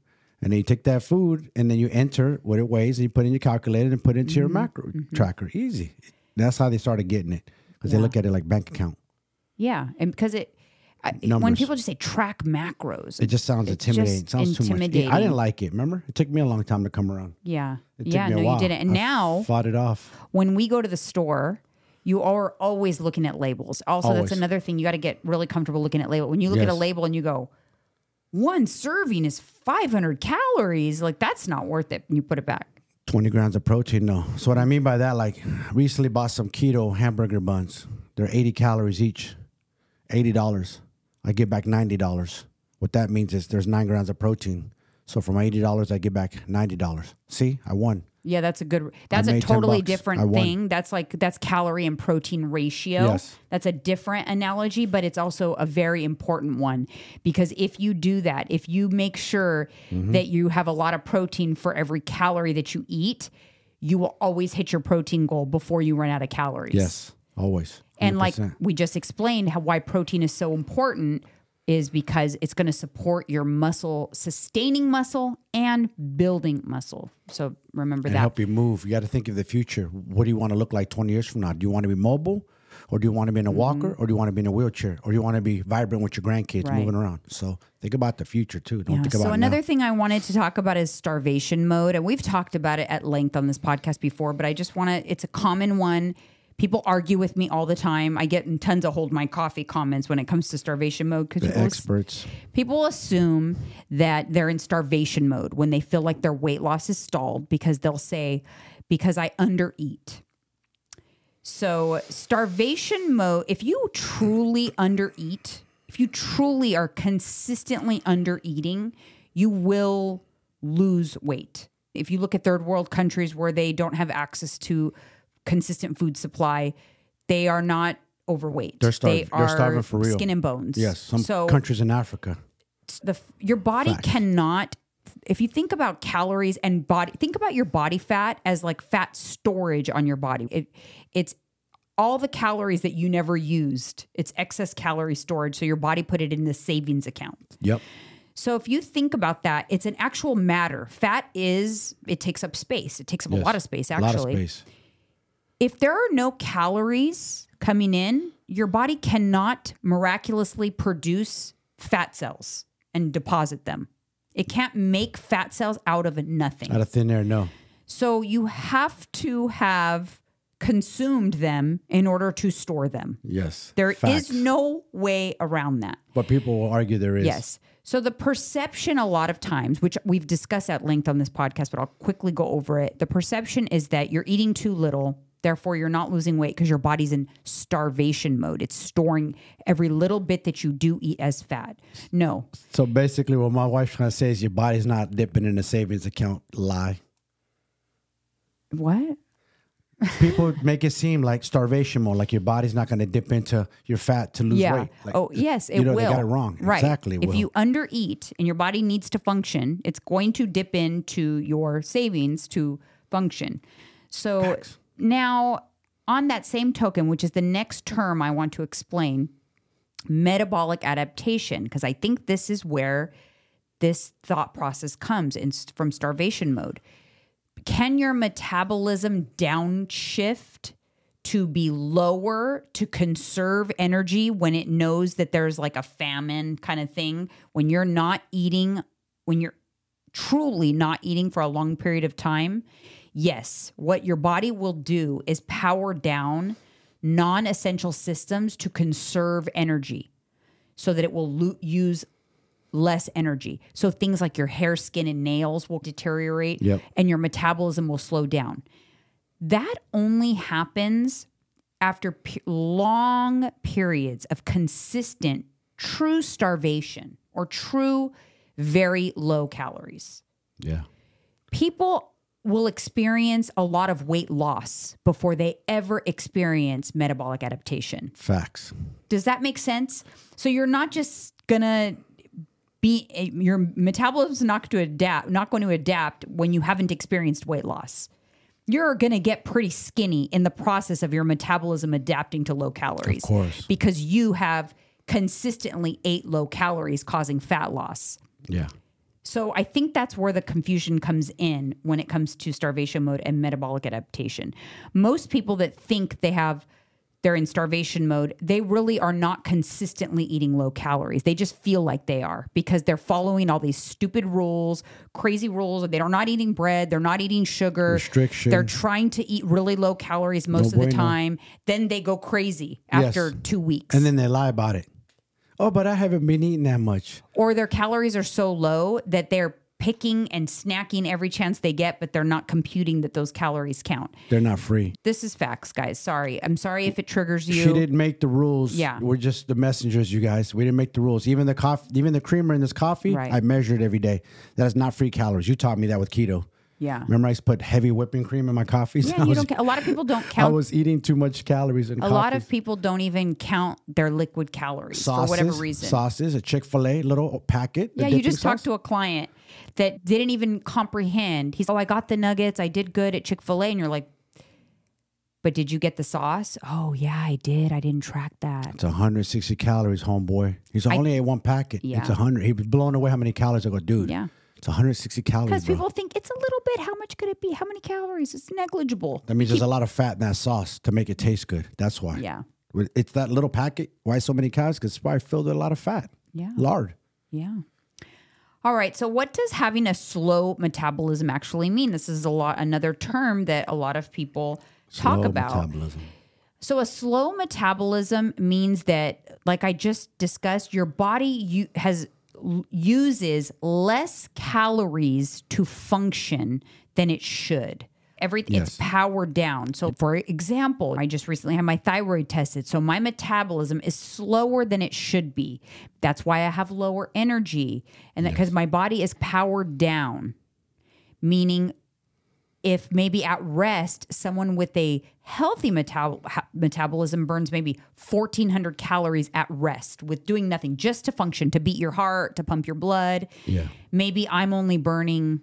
Speaker 2: And then you take that food and then you enter what it weighs and you put it in your calculator and put it into
Speaker 1: Mm-hmm.
Speaker 2: your macro tracker. Easy. That's how they started getting it because they look at it like bank account.
Speaker 1: Yeah, and because it I, when
Speaker 2: Numbers.
Speaker 1: people just say track macros,
Speaker 2: It just sounds
Speaker 1: It's
Speaker 2: intimidating.
Speaker 1: just
Speaker 2: It sounds too much. I
Speaker 1: intimidating.
Speaker 2: didn't like it. Remember, it took me a long time to come around.
Speaker 1: Yeah.
Speaker 2: It
Speaker 1: yeah,
Speaker 2: took me a
Speaker 1: no,
Speaker 2: while.
Speaker 1: you didn't. And
Speaker 2: I
Speaker 1: now
Speaker 2: fought it off.
Speaker 1: when we go to the store, you are always looking at labels. Also,
Speaker 2: Always.
Speaker 1: that's another thing. You got to get really comfortable looking at label. When you look at a
Speaker 2: Yes.
Speaker 1: label and you go, one serving is 500 calories, like that's not worth it. And you put it back.
Speaker 2: 20 grams of protein. No. So what I mean by that, like recently bought some keto hamburger buns. They're 80 calories each, $80. I get back $90. What that means is there's nine grams of protein. So for my $80, I get back $90. See, I won.
Speaker 1: Yeah, that's a good. That's a
Speaker 2: made 10
Speaker 1: totally
Speaker 2: bucks. I
Speaker 1: different
Speaker 2: won.
Speaker 1: thing. That's like that's calorie and protein ratio.
Speaker 2: Yes.
Speaker 1: That's a different analogy, but it's also a very important one because if you do that, if you make sure
Speaker 2: Mm-hmm.
Speaker 1: that you have a lot of protein for every calorie that you eat, you will always hit your protein goal before you run out of calories.
Speaker 2: Yes, always.
Speaker 1: And like
Speaker 2: 100%.
Speaker 1: we just explained how why protein is so important is because it's going to support your muscle sustaining muscle and building muscle. So remember
Speaker 2: and
Speaker 1: that.
Speaker 2: help you move. You got to think of the future. What do you want to look like 20 years from now? Do you want to be mobile? Or do you want to be in a
Speaker 1: Mm-hmm.
Speaker 2: walker? Or do you want to be in a wheelchair? Or do you want to be vibrant with your grandkids
Speaker 1: Right.
Speaker 2: moving around? So think about the future too. Don't
Speaker 1: Yeah,
Speaker 2: think about
Speaker 1: so
Speaker 2: now.
Speaker 1: another thing I wanted to talk about is starvation mode, and we've talked about it at length on this podcast before. But I just want to—it's a common one. People argue with me all the time. I get tons of hold my coffee comments when it comes to starvation mode because
Speaker 2: The experts.
Speaker 1: People assume that they're in starvation mode when they feel like their weight loss is stalled because they'll say, because I undereat. So, starvation mode, if you truly undereat, if you truly are consistently undereating, you will lose weight. If you look at third world countries where they don't have access to consistent food supply, they are not overweight.
Speaker 2: They're starv-
Speaker 1: They
Speaker 2: they're starving
Speaker 1: are
Speaker 2: for real.
Speaker 1: Skin and bones.
Speaker 2: Yes, some
Speaker 1: so
Speaker 2: countries in Africa.
Speaker 1: the your body cannot if you think about calories and body think about your body fat as like fat storage on your body it it's all the calories that you never used it's excess calorie storage so your body put it in the savings account
Speaker 2: Yep.
Speaker 1: so if you think about that it's an actual matter fat is it takes up space it takes up a
Speaker 2: Yes.
Speaker 1: lot of space
Speaker 2: A lot of
Speaker 1: actually
Speaker 2: space.
Speaker 1: if there are no calories coming in, your body cannot miraculously produce fat cells and deposit them. It can't make fat cells out of nothing.
Speaker 2: Out of thin air, no.
Speaker 1: So you have to have consumed them in order to store them.
Speaker 2: Yes.
Speaker 1: There is
Speaker 2: Facts.
Speaker 1: no way around that.
Speaker 2: But people will argue there is.
Speaker 1: Yes. So the perception, a lot of times, which we've discussed at length on this podcast, but I'll quickly go over it. The perception is that you're eating too little, therefore you're not losing weight because your body's in starvation mode. It's storing every little bit that you do eat as fat. No,
Speaker 2: So basically, what my wife's trying to say is your body's not dipping in the savings account. Lie.
Speaker 1: what?
Speaker 2: People make it seem like starvation mode, like your body's not going to dip into your fat to lose
Speaker 1: yeah.
Speaker 2: weight. Like,
Speaker 1: oh, yes, it
Speaker 2: you know,
Speaker 1: will.
Speaker 2: They got it wrong.
Speaker 1: Right.
Speaker 2: Exactly. it
Speaker 1: If
Speaker 2: will.
Speaker 1: you undereat and your body needs to function, it's going to dip into your savings to function. So now, on that same token, which is the next term I want to explain, metabolic adaptation, because I think this is where this thought process comes in, from starvation mode can your metabolism downshift to be lower to conserve energy when it knows that there's like a famine kind of thing when you're not eating when you're truly not eating for a long period of time yes what your body will do is power down non-essential systems to conserve energy so that it will lo- use less energy. So things like your hair, skin, and nails will deteriorate,
Speaker 2: Yep.
Speaker 1: and your metabolism will slow down. That only happens after pe- long periods of consistent, true starvation or true, very low calories.
Speaker 2: yeah.
Speaker 1: People will experience a lot of weight loss before they ever experience metabolic adaptation.
Speaker 2: Facts.
Speaker 1: Does that make sense? So you're not just gonna be your metabolism's not going to adapt, not going to adapt when you haven't experienced weight loss. You're gonna get pretty skinny in the process of your metabolism adapting to low calories,
Speaker 2: Of course.
Speaker 1: because you have consistently ate low calories, causing fat loss.
Speaker 2: Yeah.
Speaker 1: So I think that's where the confusion comes in when it comes to starvation mode and metabolic adaptation. Most people that think they have they're in starvation mode, they really are not consistently eating low calories. They just feel like they are because they're following all these stupid rules, crazy rules. They're not eating bread, they're not eating sugar.
Speaker 2: Restriction.
Speaker 1: They're trying to eat really low calories most of the
Speaker 2: bueno.
Speaker 1: time. Then they go crazy
Speaker 2: Yes.
Speaker 1: after 2 weeks.
Speaker 2: And then they lie about it. Oh, but I haven't been eating that much.
Speaker 1: or their calories are so low that they're picking and snacking every chance they get, but they're not computing that those calories count.
Speaker 2: They're not free.
Speaker 1: This is facts, guys. Sorry. I'm sorry if it triggers you.
Speaker 2: She didn't make the rules.
Speaker 1: Yeah.
Speaker 2: we're just the messengers, you guys. We didn't make the rules. Even the coffee, even the creamer in this coffee,
Speaker 1: Right.
Speaker 2: I measured every day. That is not free calories. You taught me that with keto.
Speaker 1: Yeah.
Speaker 2: Remember, I used to put heavy whipping cream in my coffee.
Speaker 1: Yeah, you don't. ca- A lot of people don't
Speaker 2: I
Speaker 1: count.
Speaker 2: was eating too much calories in
Speaker 1: a lot of people don't even count their liquid calories
Speaker 2: sauces,
Speaker 1: for whatever reason.
Speaker 2: Sauces, a Chick Fil A little packet. the
Speaker 1: Yeah, you
Speaker 2: dipping
Speaker 1: just talked
Speaker 2: sauce.
Speaker 1: to a client that didn't even comprehend. He's, oh, I got the nuggets. I did good at Chick fil A. And you're like, but did you get the sauce? Oh, yeah, I did. I didn't track that.
Speaker 2: It's 160 calories, homeboy. He's only ate one packet.
Speaker 1: Yeah.
Speaker 2: It's 100. He was blown away how many calories. I go, dude.
Speaker 1: Yeah.
Speaker 2: It's 160 calories,
Speaker 1: Because
Speaker 2: bro.
Speaker 1: people think it's a little bit. How much could it be? How many calories? It's negligible.
Speaker 2: that means there's a lot of fat in that sauce to make it taste good. That's why.
Speaker 1: Yeah.
Speaker 2: With- It's that little packet. Why so many calories? Because it's probably filled with a lot of fat.
Speaker 1: Yeah.
Speaker 2: Lard.
Speaker 1: Yeah. All right. So, what does having a slow metabolism actually mean? This is a lot, another term that a lot of people talk
Speaker 2: Low
Speaker 1: about.
Speaker 2: metabolism.
Speaker 1: So a slow metabolism means that like I just discussed your body you has l- uses less calories to function than it should. Everything
Speaker 2: Yes.
Speaker 1: it's powered down. So for example, I just recently had my thyroid tested. So my metabolism is slower than it should be. That's why I have lower energy and that cuz my body is powered down meaning if maybe at rest someone with a healthy metab- ha- metabolism burns maybe 1400 calories at rest with doing nothing just to function to beat your heart to pump your blood
Speaker 2: Yeah.
Speaker 1: maybe i'm only burning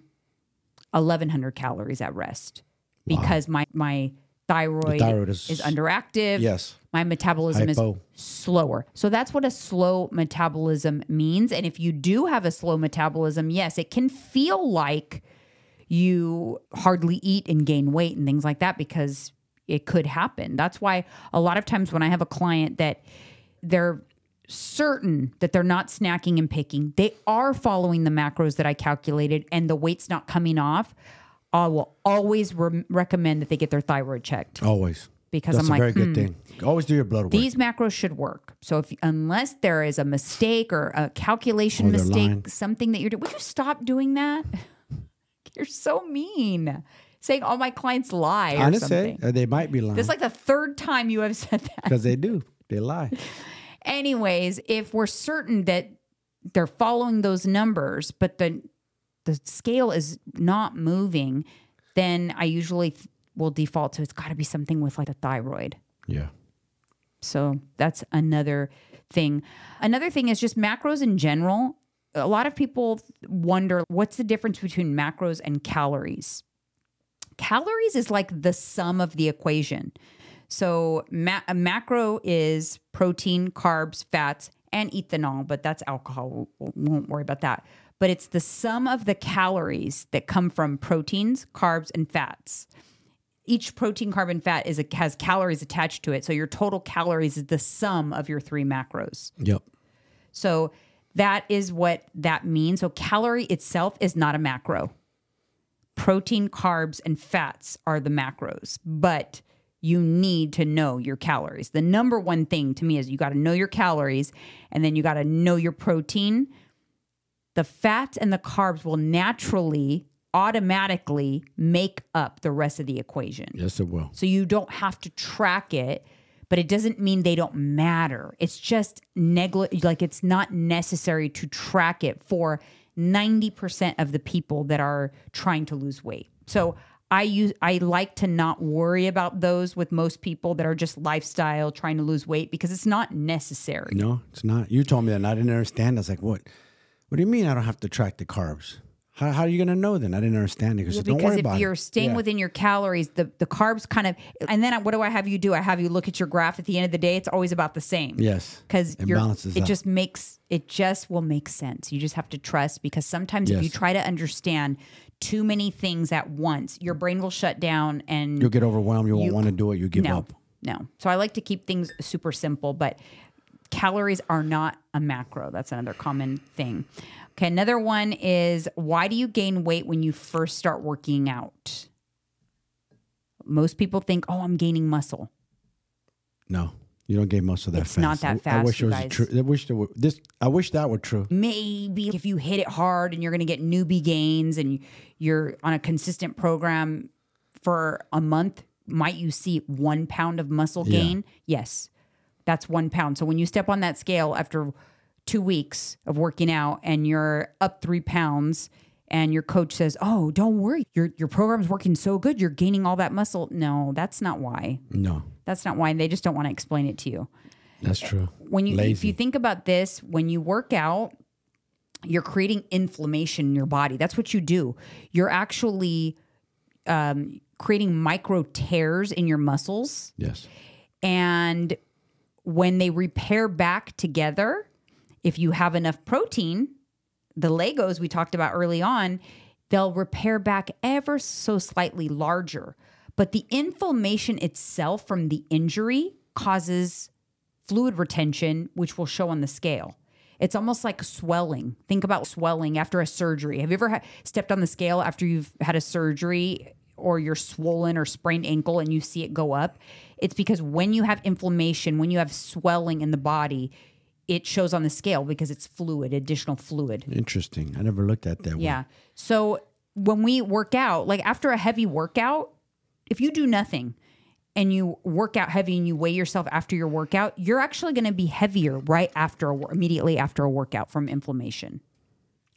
Speaker 1: 1100 calories at rest because my my thyroid,
Speaker 2: thyroid
Speaker 1: is,
Speaker 2: is-
Speaker 1: underactive
Speaker 2: Yes.
Speaker 1: my metabolism is
Speaker 2: Hypo.
Speaker 1: slower. So that's what a slow metabolism means. And if you do have a slow metabolism, yes, it can feel like you hardly eat and gain weight and things like that because it could happen. That's why a lot of times when I have a client that they're certain that they're not snacking and picking, they are following the macros that I calculated and the weight's not coming off. I will always re- recommend that they get their thyroid checked
Speaker 2: Always.
Speaker 1: because
Speaker 2: Oh, That's
Speaker 1: I'm
Speaker 2: a
Speaker 1: like, hmm.
Speaker 2: very good thing. Always do your blood work.
Speaker 1: these macros should work. So if unless there is a mistake or a calculation
Speaker 2: Oh, they're lying.
Speaker 1: mistake, something that you're doing, would you stop doing that? you're so mean. Saying all my clients lie or
Speaker 2: I didn't say
Speaker 1: something.
Speaker 2: uh, they might be lying
Speaker 1: It's like the third time you have said that.
Speaker 2: because they do. They lie.
Speaker 1: Anyways, if we're certain that they're following those numbers, but the the scale is not moving, then I usually will default to it's got to be something with like a thyroid.
Speaker 2: Yeah.
Speaker 1: So that's another thing. Another thing is just macros in general. A lot of people wonder what's the difference between macros and calories? Calories is like the sum of the equation. So ma- a macro is protein, carbs, fats, and ethanol, but that's alcohol. We won't worry about that. But it's the sum of the calories that come from proteins, carbs, and fats each protein, carb, and fat is a, has calories attached to it. So your total calories is the sum of your three macros.
Speaker 2: Yep.
Speaker 1: So that is what that means. So calorie itself is not a macro. Protein, carbs, and fats are the macros, but you need to know your calories. The number one thing to me is you got to know your calories and then you got to know your protein. The fats and the carbs will naturally, automatically make up the rest of the equation.
Speaker 2: Yes, it will.
Speaker 1: So you don't have to track it, but it doesn't mean they don't matter. It's just negli- like it's not necessary to track it for 90% of the people that are trying to lose weight. So I use I like to not worry about those with most people that are just lifestyle trying to lose weight because it's not necessary.
Speaker 2: No, it's not. You told me that and I didn't understand. I was like, what? What do you mean I don't have to track the carbs? How, how are you going to know then? I didn't understand it because don't
Speaker 1: because if
Speaker 2: worry about
Speaker 1: you're
Speaker 2: it.
Speaker 1: staying
Speaker 2: Yeah.
Speaker 1: within your calories, the, the carbs kind of, and then what do I have you do? I have you look at your graph at the end of the day. It's always about the same.
Speaker 2: Yes.
Speaker 1: because
Speaker 2: It
Speaker 1: you're
Speaker 2: balances
Speaker 1: it
Speaker 2: out.
Speaker 1: just makes it just will make sense. You just have to trust because sometimes if
Speaker 2: Yes.
Speaker 1: you try to understand too many things at once, your brain will shut down and
Speaker 2: You'll get overwhelmed. You won't
Speaker 1: You-
Speaker 2: want to do it. You give
Speaker 1: no,
Speaker 2: up.
Speaker 1: no. So I like to keep things super simple, but calories are not a macro. That's another common thing. Okay, another one is why do you gain weight when you first start working out? Most people think, "Oh, I'm gaining muscle."
Speaker 2: No. You don't get most of that
Speaker 1: It's
Speaker 2: fast.
Speaker 1: not that
Speaker 2: I- I
Speaker 1: fast,
Speaker 2: wish it
Speaker 1: you
Speaker 2: was
Speaker 1: guys.
Speaker 2: true. I wish that were, this. I wish that were true.
Speaker 1: Maybe if you hit it hard and you're going to get newbie gains and you're on a consistent program for a month, might you see one pound of muscle
Speaker 2: Yeah.
Speaker 1: gain? Yes, that's one pound. So when you step on that scale after two weeks of working out and you're up three pounds, and your coach says, "Oh, don't worry, your your program's working so good, you're gaining all that muscle." No, that's not why.
Speaker 2: No,
Speaker 1: That's not why. They just don't want to explain it to you.
Speaker 2: that's
Speaker 1: Eh.
Speaker 2: true.
Speaker 1: When you if
Speaker 2: Lazy.
Speaker 1: you think about this, when you work out, you're creating inflammation in your body. That's what you do. You're actually um, creating micro tears in your muscles,
Speaker 2: Yes.
Speaker 1: and when they repair back together, if you have enough protein, the Legos we talked about early on, they'll repair back ever so slightly larger. But the inflammation itself from the injury causes fluid retention, which will show on the scale. It's almost like swelling. Think about swelling after a surgery. Have you ever ha- stepped on the scale after you've had a surgery or your swollen or sprained ankle and you see it go up? It's because when you have inflammation, when you have swelling in the body, it shows on the scale because it's fluid, additional fluid.
Speaker 2: Interesting. I never looked at that.
Speaker 1: Yeah. So when we work out, like after a heavy workout, if you do nothing and you work out heavy and you weigh yourself after your workout, you're actually going to be heavier right after a, wor- immediately after a workout from inflammation.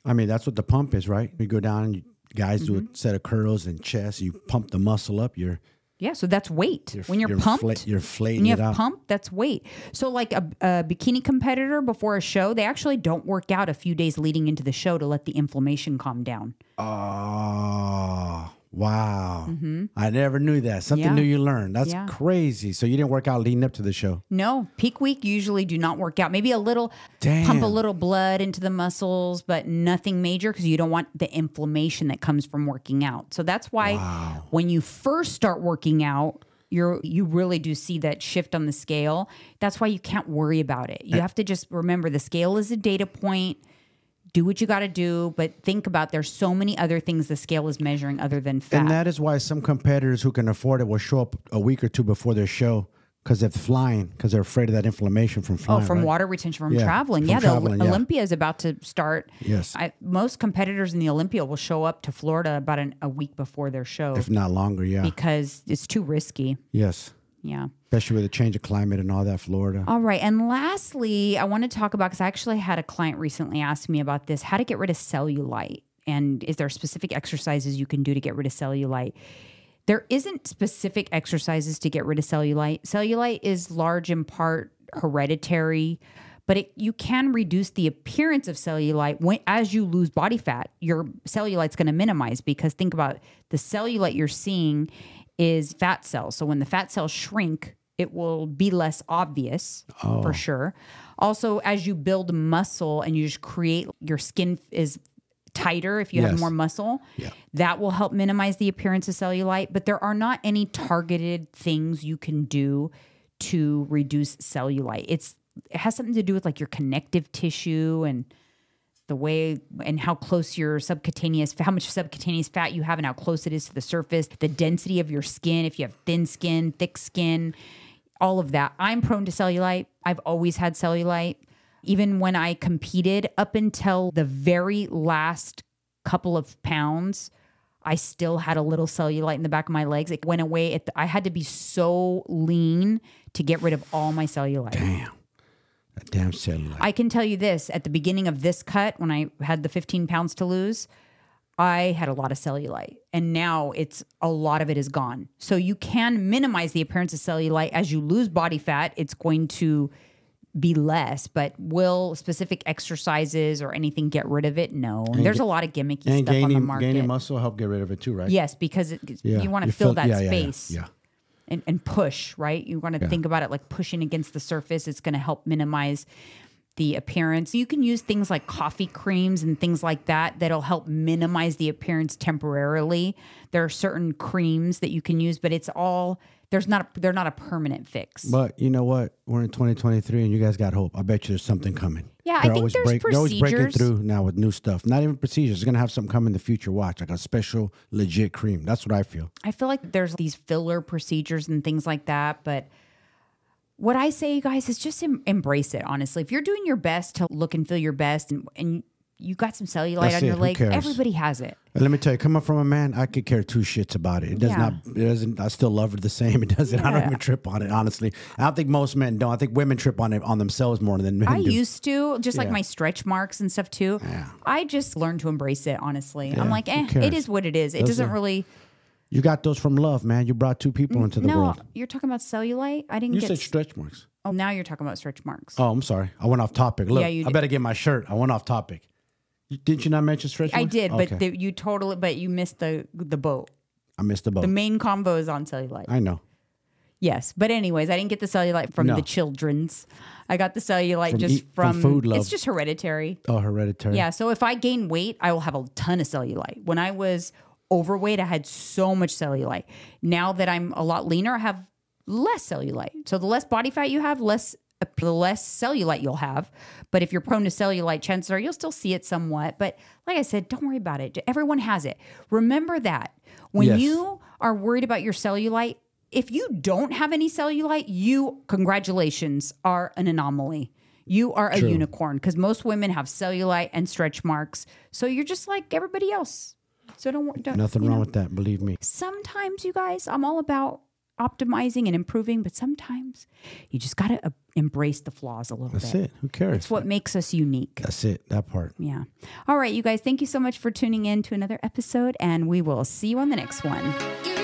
Speaker 2: I mean, that's what the pump is, right? You go down, you guys do
Speaker 1: Mm-hmm.
Speaker 2: a set of curls and chest. You pump the muscle up. You're
Speaker 1: Yeah. So that's weight. when you're,
Speaker 2: fla-
Speaker 1: pumped,
Speaker 2: you're flating
Speaker 1: when you
Speaker 2: it out.
Speaker 1: have pump, that's weight. So like a, a bikini competitor before a show, they actually don't work out a few days leading into the show to let the inflammation calm down.
Speaker 2: Oh, wow. I never knew that. Something
Speaker 1: Mm-hmm. Yeah.
Speaker 2: new you learned. That's
Speaker 1: Yeah.
Speaker 2: crazy. So you didn't work out leading up to the show.
Speaker 1: No, peak week you usually do not work out. Maybe a little
Speaker 2: Damn.
Speaker 1: pump a little blood into the muscles, but nothing major because you don't want the inflammation that comes from working out. So that's why when you first start working out, you're you really do see that shift on the scale. That's why you can't worry about it. You
Speaker 2: Eh.
Speaker 1: have to just remember the scale is a data point. Do what you got to do, but think about there's so many other things the scale is measuring other than fat.
Speaker 2: And that is why some competitors who can afford it will show up a week or two before their show because they're flying because they're afraid of that inflammation from
Speaker 1: Oh,
Speaker 2: flying.
Speaker 1: from
Speaker 2: right?
Speaker 1: water retention from
Speaker 2: Yeah,
Speaker 1: traveling.
Speaker 2: from
Speaker 1: yeah,
Speaker 2: traveling,
Speaker 1: the Ol-
Speaker 2: yeah.
Speaker 1: Olympia is about to start.
Speaker 2: Yes.
Speaker 1: I, most competitors in the Olympia will show up to Florida about an, a week before their show
Speaker 2: If not longer, yeah.
Speaker 1: because it's too risky.
Speaker 2: yes.
Speaker 1: Yeah.
Speaker 2: Especially with the change of climate and all that, Florida.
Speaker 1: All right. And lastly, I want to talk about because I actually had a client recently ask me about this how to get rid of cellulite. And is there specific exercises you can do to get rid of cellulite? There isn't specific exercises to get rid of cellulite. Cellulite is large in part hereditary, but it, you can reduce the appearance of cellulite when, as you lose body fat. Your cellulite's going to minimize because think about the cellulite you're seeing is fat cells. So when the fat cells shrink, it will be less obvious for sure. Also, as you build muscle and you just create your skin is tighter if you
Speaker 2: Yes.
Speaker 1: have more muscle,
Speaker 2: Yeah.
Speaker 1: that will help minimize the appearance of cellulite. But there are not any targeted things you can do to reduce cellulite. It's it has something to do with like your connective tissue and the way and how close your subcutaneous, how much subcutaneous fat you have and how close it is to the surface, the density of your skin, if you have thin skin, thick skin, all of that. I'm prone to cellulite. I've always had cellulite. Even when I competed up until the very last couple of pounds, I still had a little cellulite in the back of my legs. It went away. It, I had to be so lean to get rid of all my cellulite.
Speaker 2: Damn. That damn cellulite.
Speaker 1: I can tell you this at the beginning of this cut, when I had the 15 pounds to lose, I had a lot of cellulite and now it's a lot of it is gone. So you can minimize the appearance of cellulite as you lose body fat, it's going to be less, but will specific exercises or anything get rid of it? No. There's a lot of gimmicky stuff
Speaker 2: and
Speaker 1: on the
Speaker 2: gaining,
Speaker 1: market.
Speaker 2: gaining muscle help get rid of it too, right?
Speaker 1: Yes, because it,
Speaker 2: Yeah.
Speaker 1: you want to fill, that
Speaker 2: yeah, yeah, yeah,
Speaker 1: space
Speaker 2: Yeah.
Speaker 1: and, and push, right? You want to think about it like pushing against the surface. It's going to help minimize the appearance. You can use things like coffee creams and things like that that'll help minimize the appearance temporarily. There are certain creams that you can use, but it's all there's not a, they're not a permanent fix.
Speaker 2: But you know what? We're in 2023 and you guys got hope. I bet you there's something coming.
Speaker 1: Yeah, I think there's
Speaker 2: They're always breaking
Speaker 1: procedures.
Speaker 2: through now with new stuff. Not even procedures. They're going to have something come in the future. Watch, like a special, legit cream. That's what I feel.
Speaker 1: I feel like there's these filler procedures and things like that, but what I say, you guys, is just em- embrace it, honestly. If you're doing your best to look and feel your best and, and you got some cellulite
Speaker 2: That's
Speaker 1: on
Speaker 2: it.
Speaker 1: your
Speaker 2: Who
Speaker 1: leg,
Speaker 2: cares?
Speaker 1: everybody has it.
Speaker 2: And let me tell you, coming from a man, I could care two shits about it. It does
Speaker 1: Yeah.
Speaker 2: not. It doesn't. I still love her the same. It doesn't. I don't
Speaker 1: Yeah.
Speaker 2: even trip on it. Honestly, I don't think most men don't. I think women trip on it on themselves more than men
Speaker 1: I
Speaker 2: do.
Speaker 1: used to, just like
Speaker 2: Yeah.
Speaker 1: my stretch marks and stuff too. I just learned to embrace it, honestly. I'm like, eh,
Speaker 2: cares?
Speaker 1: it is what it is. It doesn't really.
Speaker 2: you got those from love, man. You brought two people into the
Speaker 1: No,
Speaker 2: world.
Speaker 1: you're talking about cellulite? I didn't
Speaker 2: You
Speaker 1: get.
Speaker 2: said stretch marks.
Speaker 1: oh, now you're talking about stretch marks.
Speaker 2: Oh, I'm sorry. I went off topic. Look,
Speaker 1: Yeah, you
Speaker 2: I
Speaker 1: did.
Speaker 2: better get my shirt. I went off topic. You- Didn't you not mention stretch?
Speaker 1: I
Speaker 2: marks?
Speaker 1: did,
Speaker 2: Okay.
Speaker 1: but the, you totally, but you missed the the boat.
Speaker 2: I missed the boat.
Speaker 1: The main combo is on cellulite.
Speaker 2: I know.
Speaker 1: Yes, but anyways, I didn't get the cellulite from
Speaker 2: No.
Speaker 1: the children's. I got the cellulite just
Speaker 2: eat- from
Speaker 1: from,
Speaker 2: food love.
Speaker 1: It's just hereditary.
Speaker 2: Oh, hereditary.
Speaker 1: Yeah, so if I gain weight, I will have a ton of cellulite. When I was overweight, I had so much cellulite. Now that I'm a lot leaner, I have less cellulite. So the less body fat you have, less the less cellulite you'll have. But if you're prone to cellulite, chances are you'll still see it somewhat. But like I said, don't worry about it. Everyone has it. Remember that when
Speaker 2: Yes.
Speaker 1: you are worried about your cellulite. If you don't have any cellulite, you congratulations are an anomaly. You are a unicorn because most women have cellulite and stretch marks. So you're just like everybody else. So don't, wor- don't
Speaker 2: Nothing
Speaker 1: you
Speaker 2: wrong
Speaker 1: know.
Speaker 2: with that. Believe me.
Speaker 1: Sometimes, you guys, I'm all about optimizing and improving, but sometimes you just got to embrace the flaws a little
Speaker 2: That's
Speaker 1: bit.
Speaker 2: it. Who cares?
Speaker 1: It's what makes us unique.
Speaker 2: That's it. That part.
Speaker 1: Yeah. All right, you guys, thank you so much for tuning in to another episode, and we will see you on the next one.
Speaker 3: You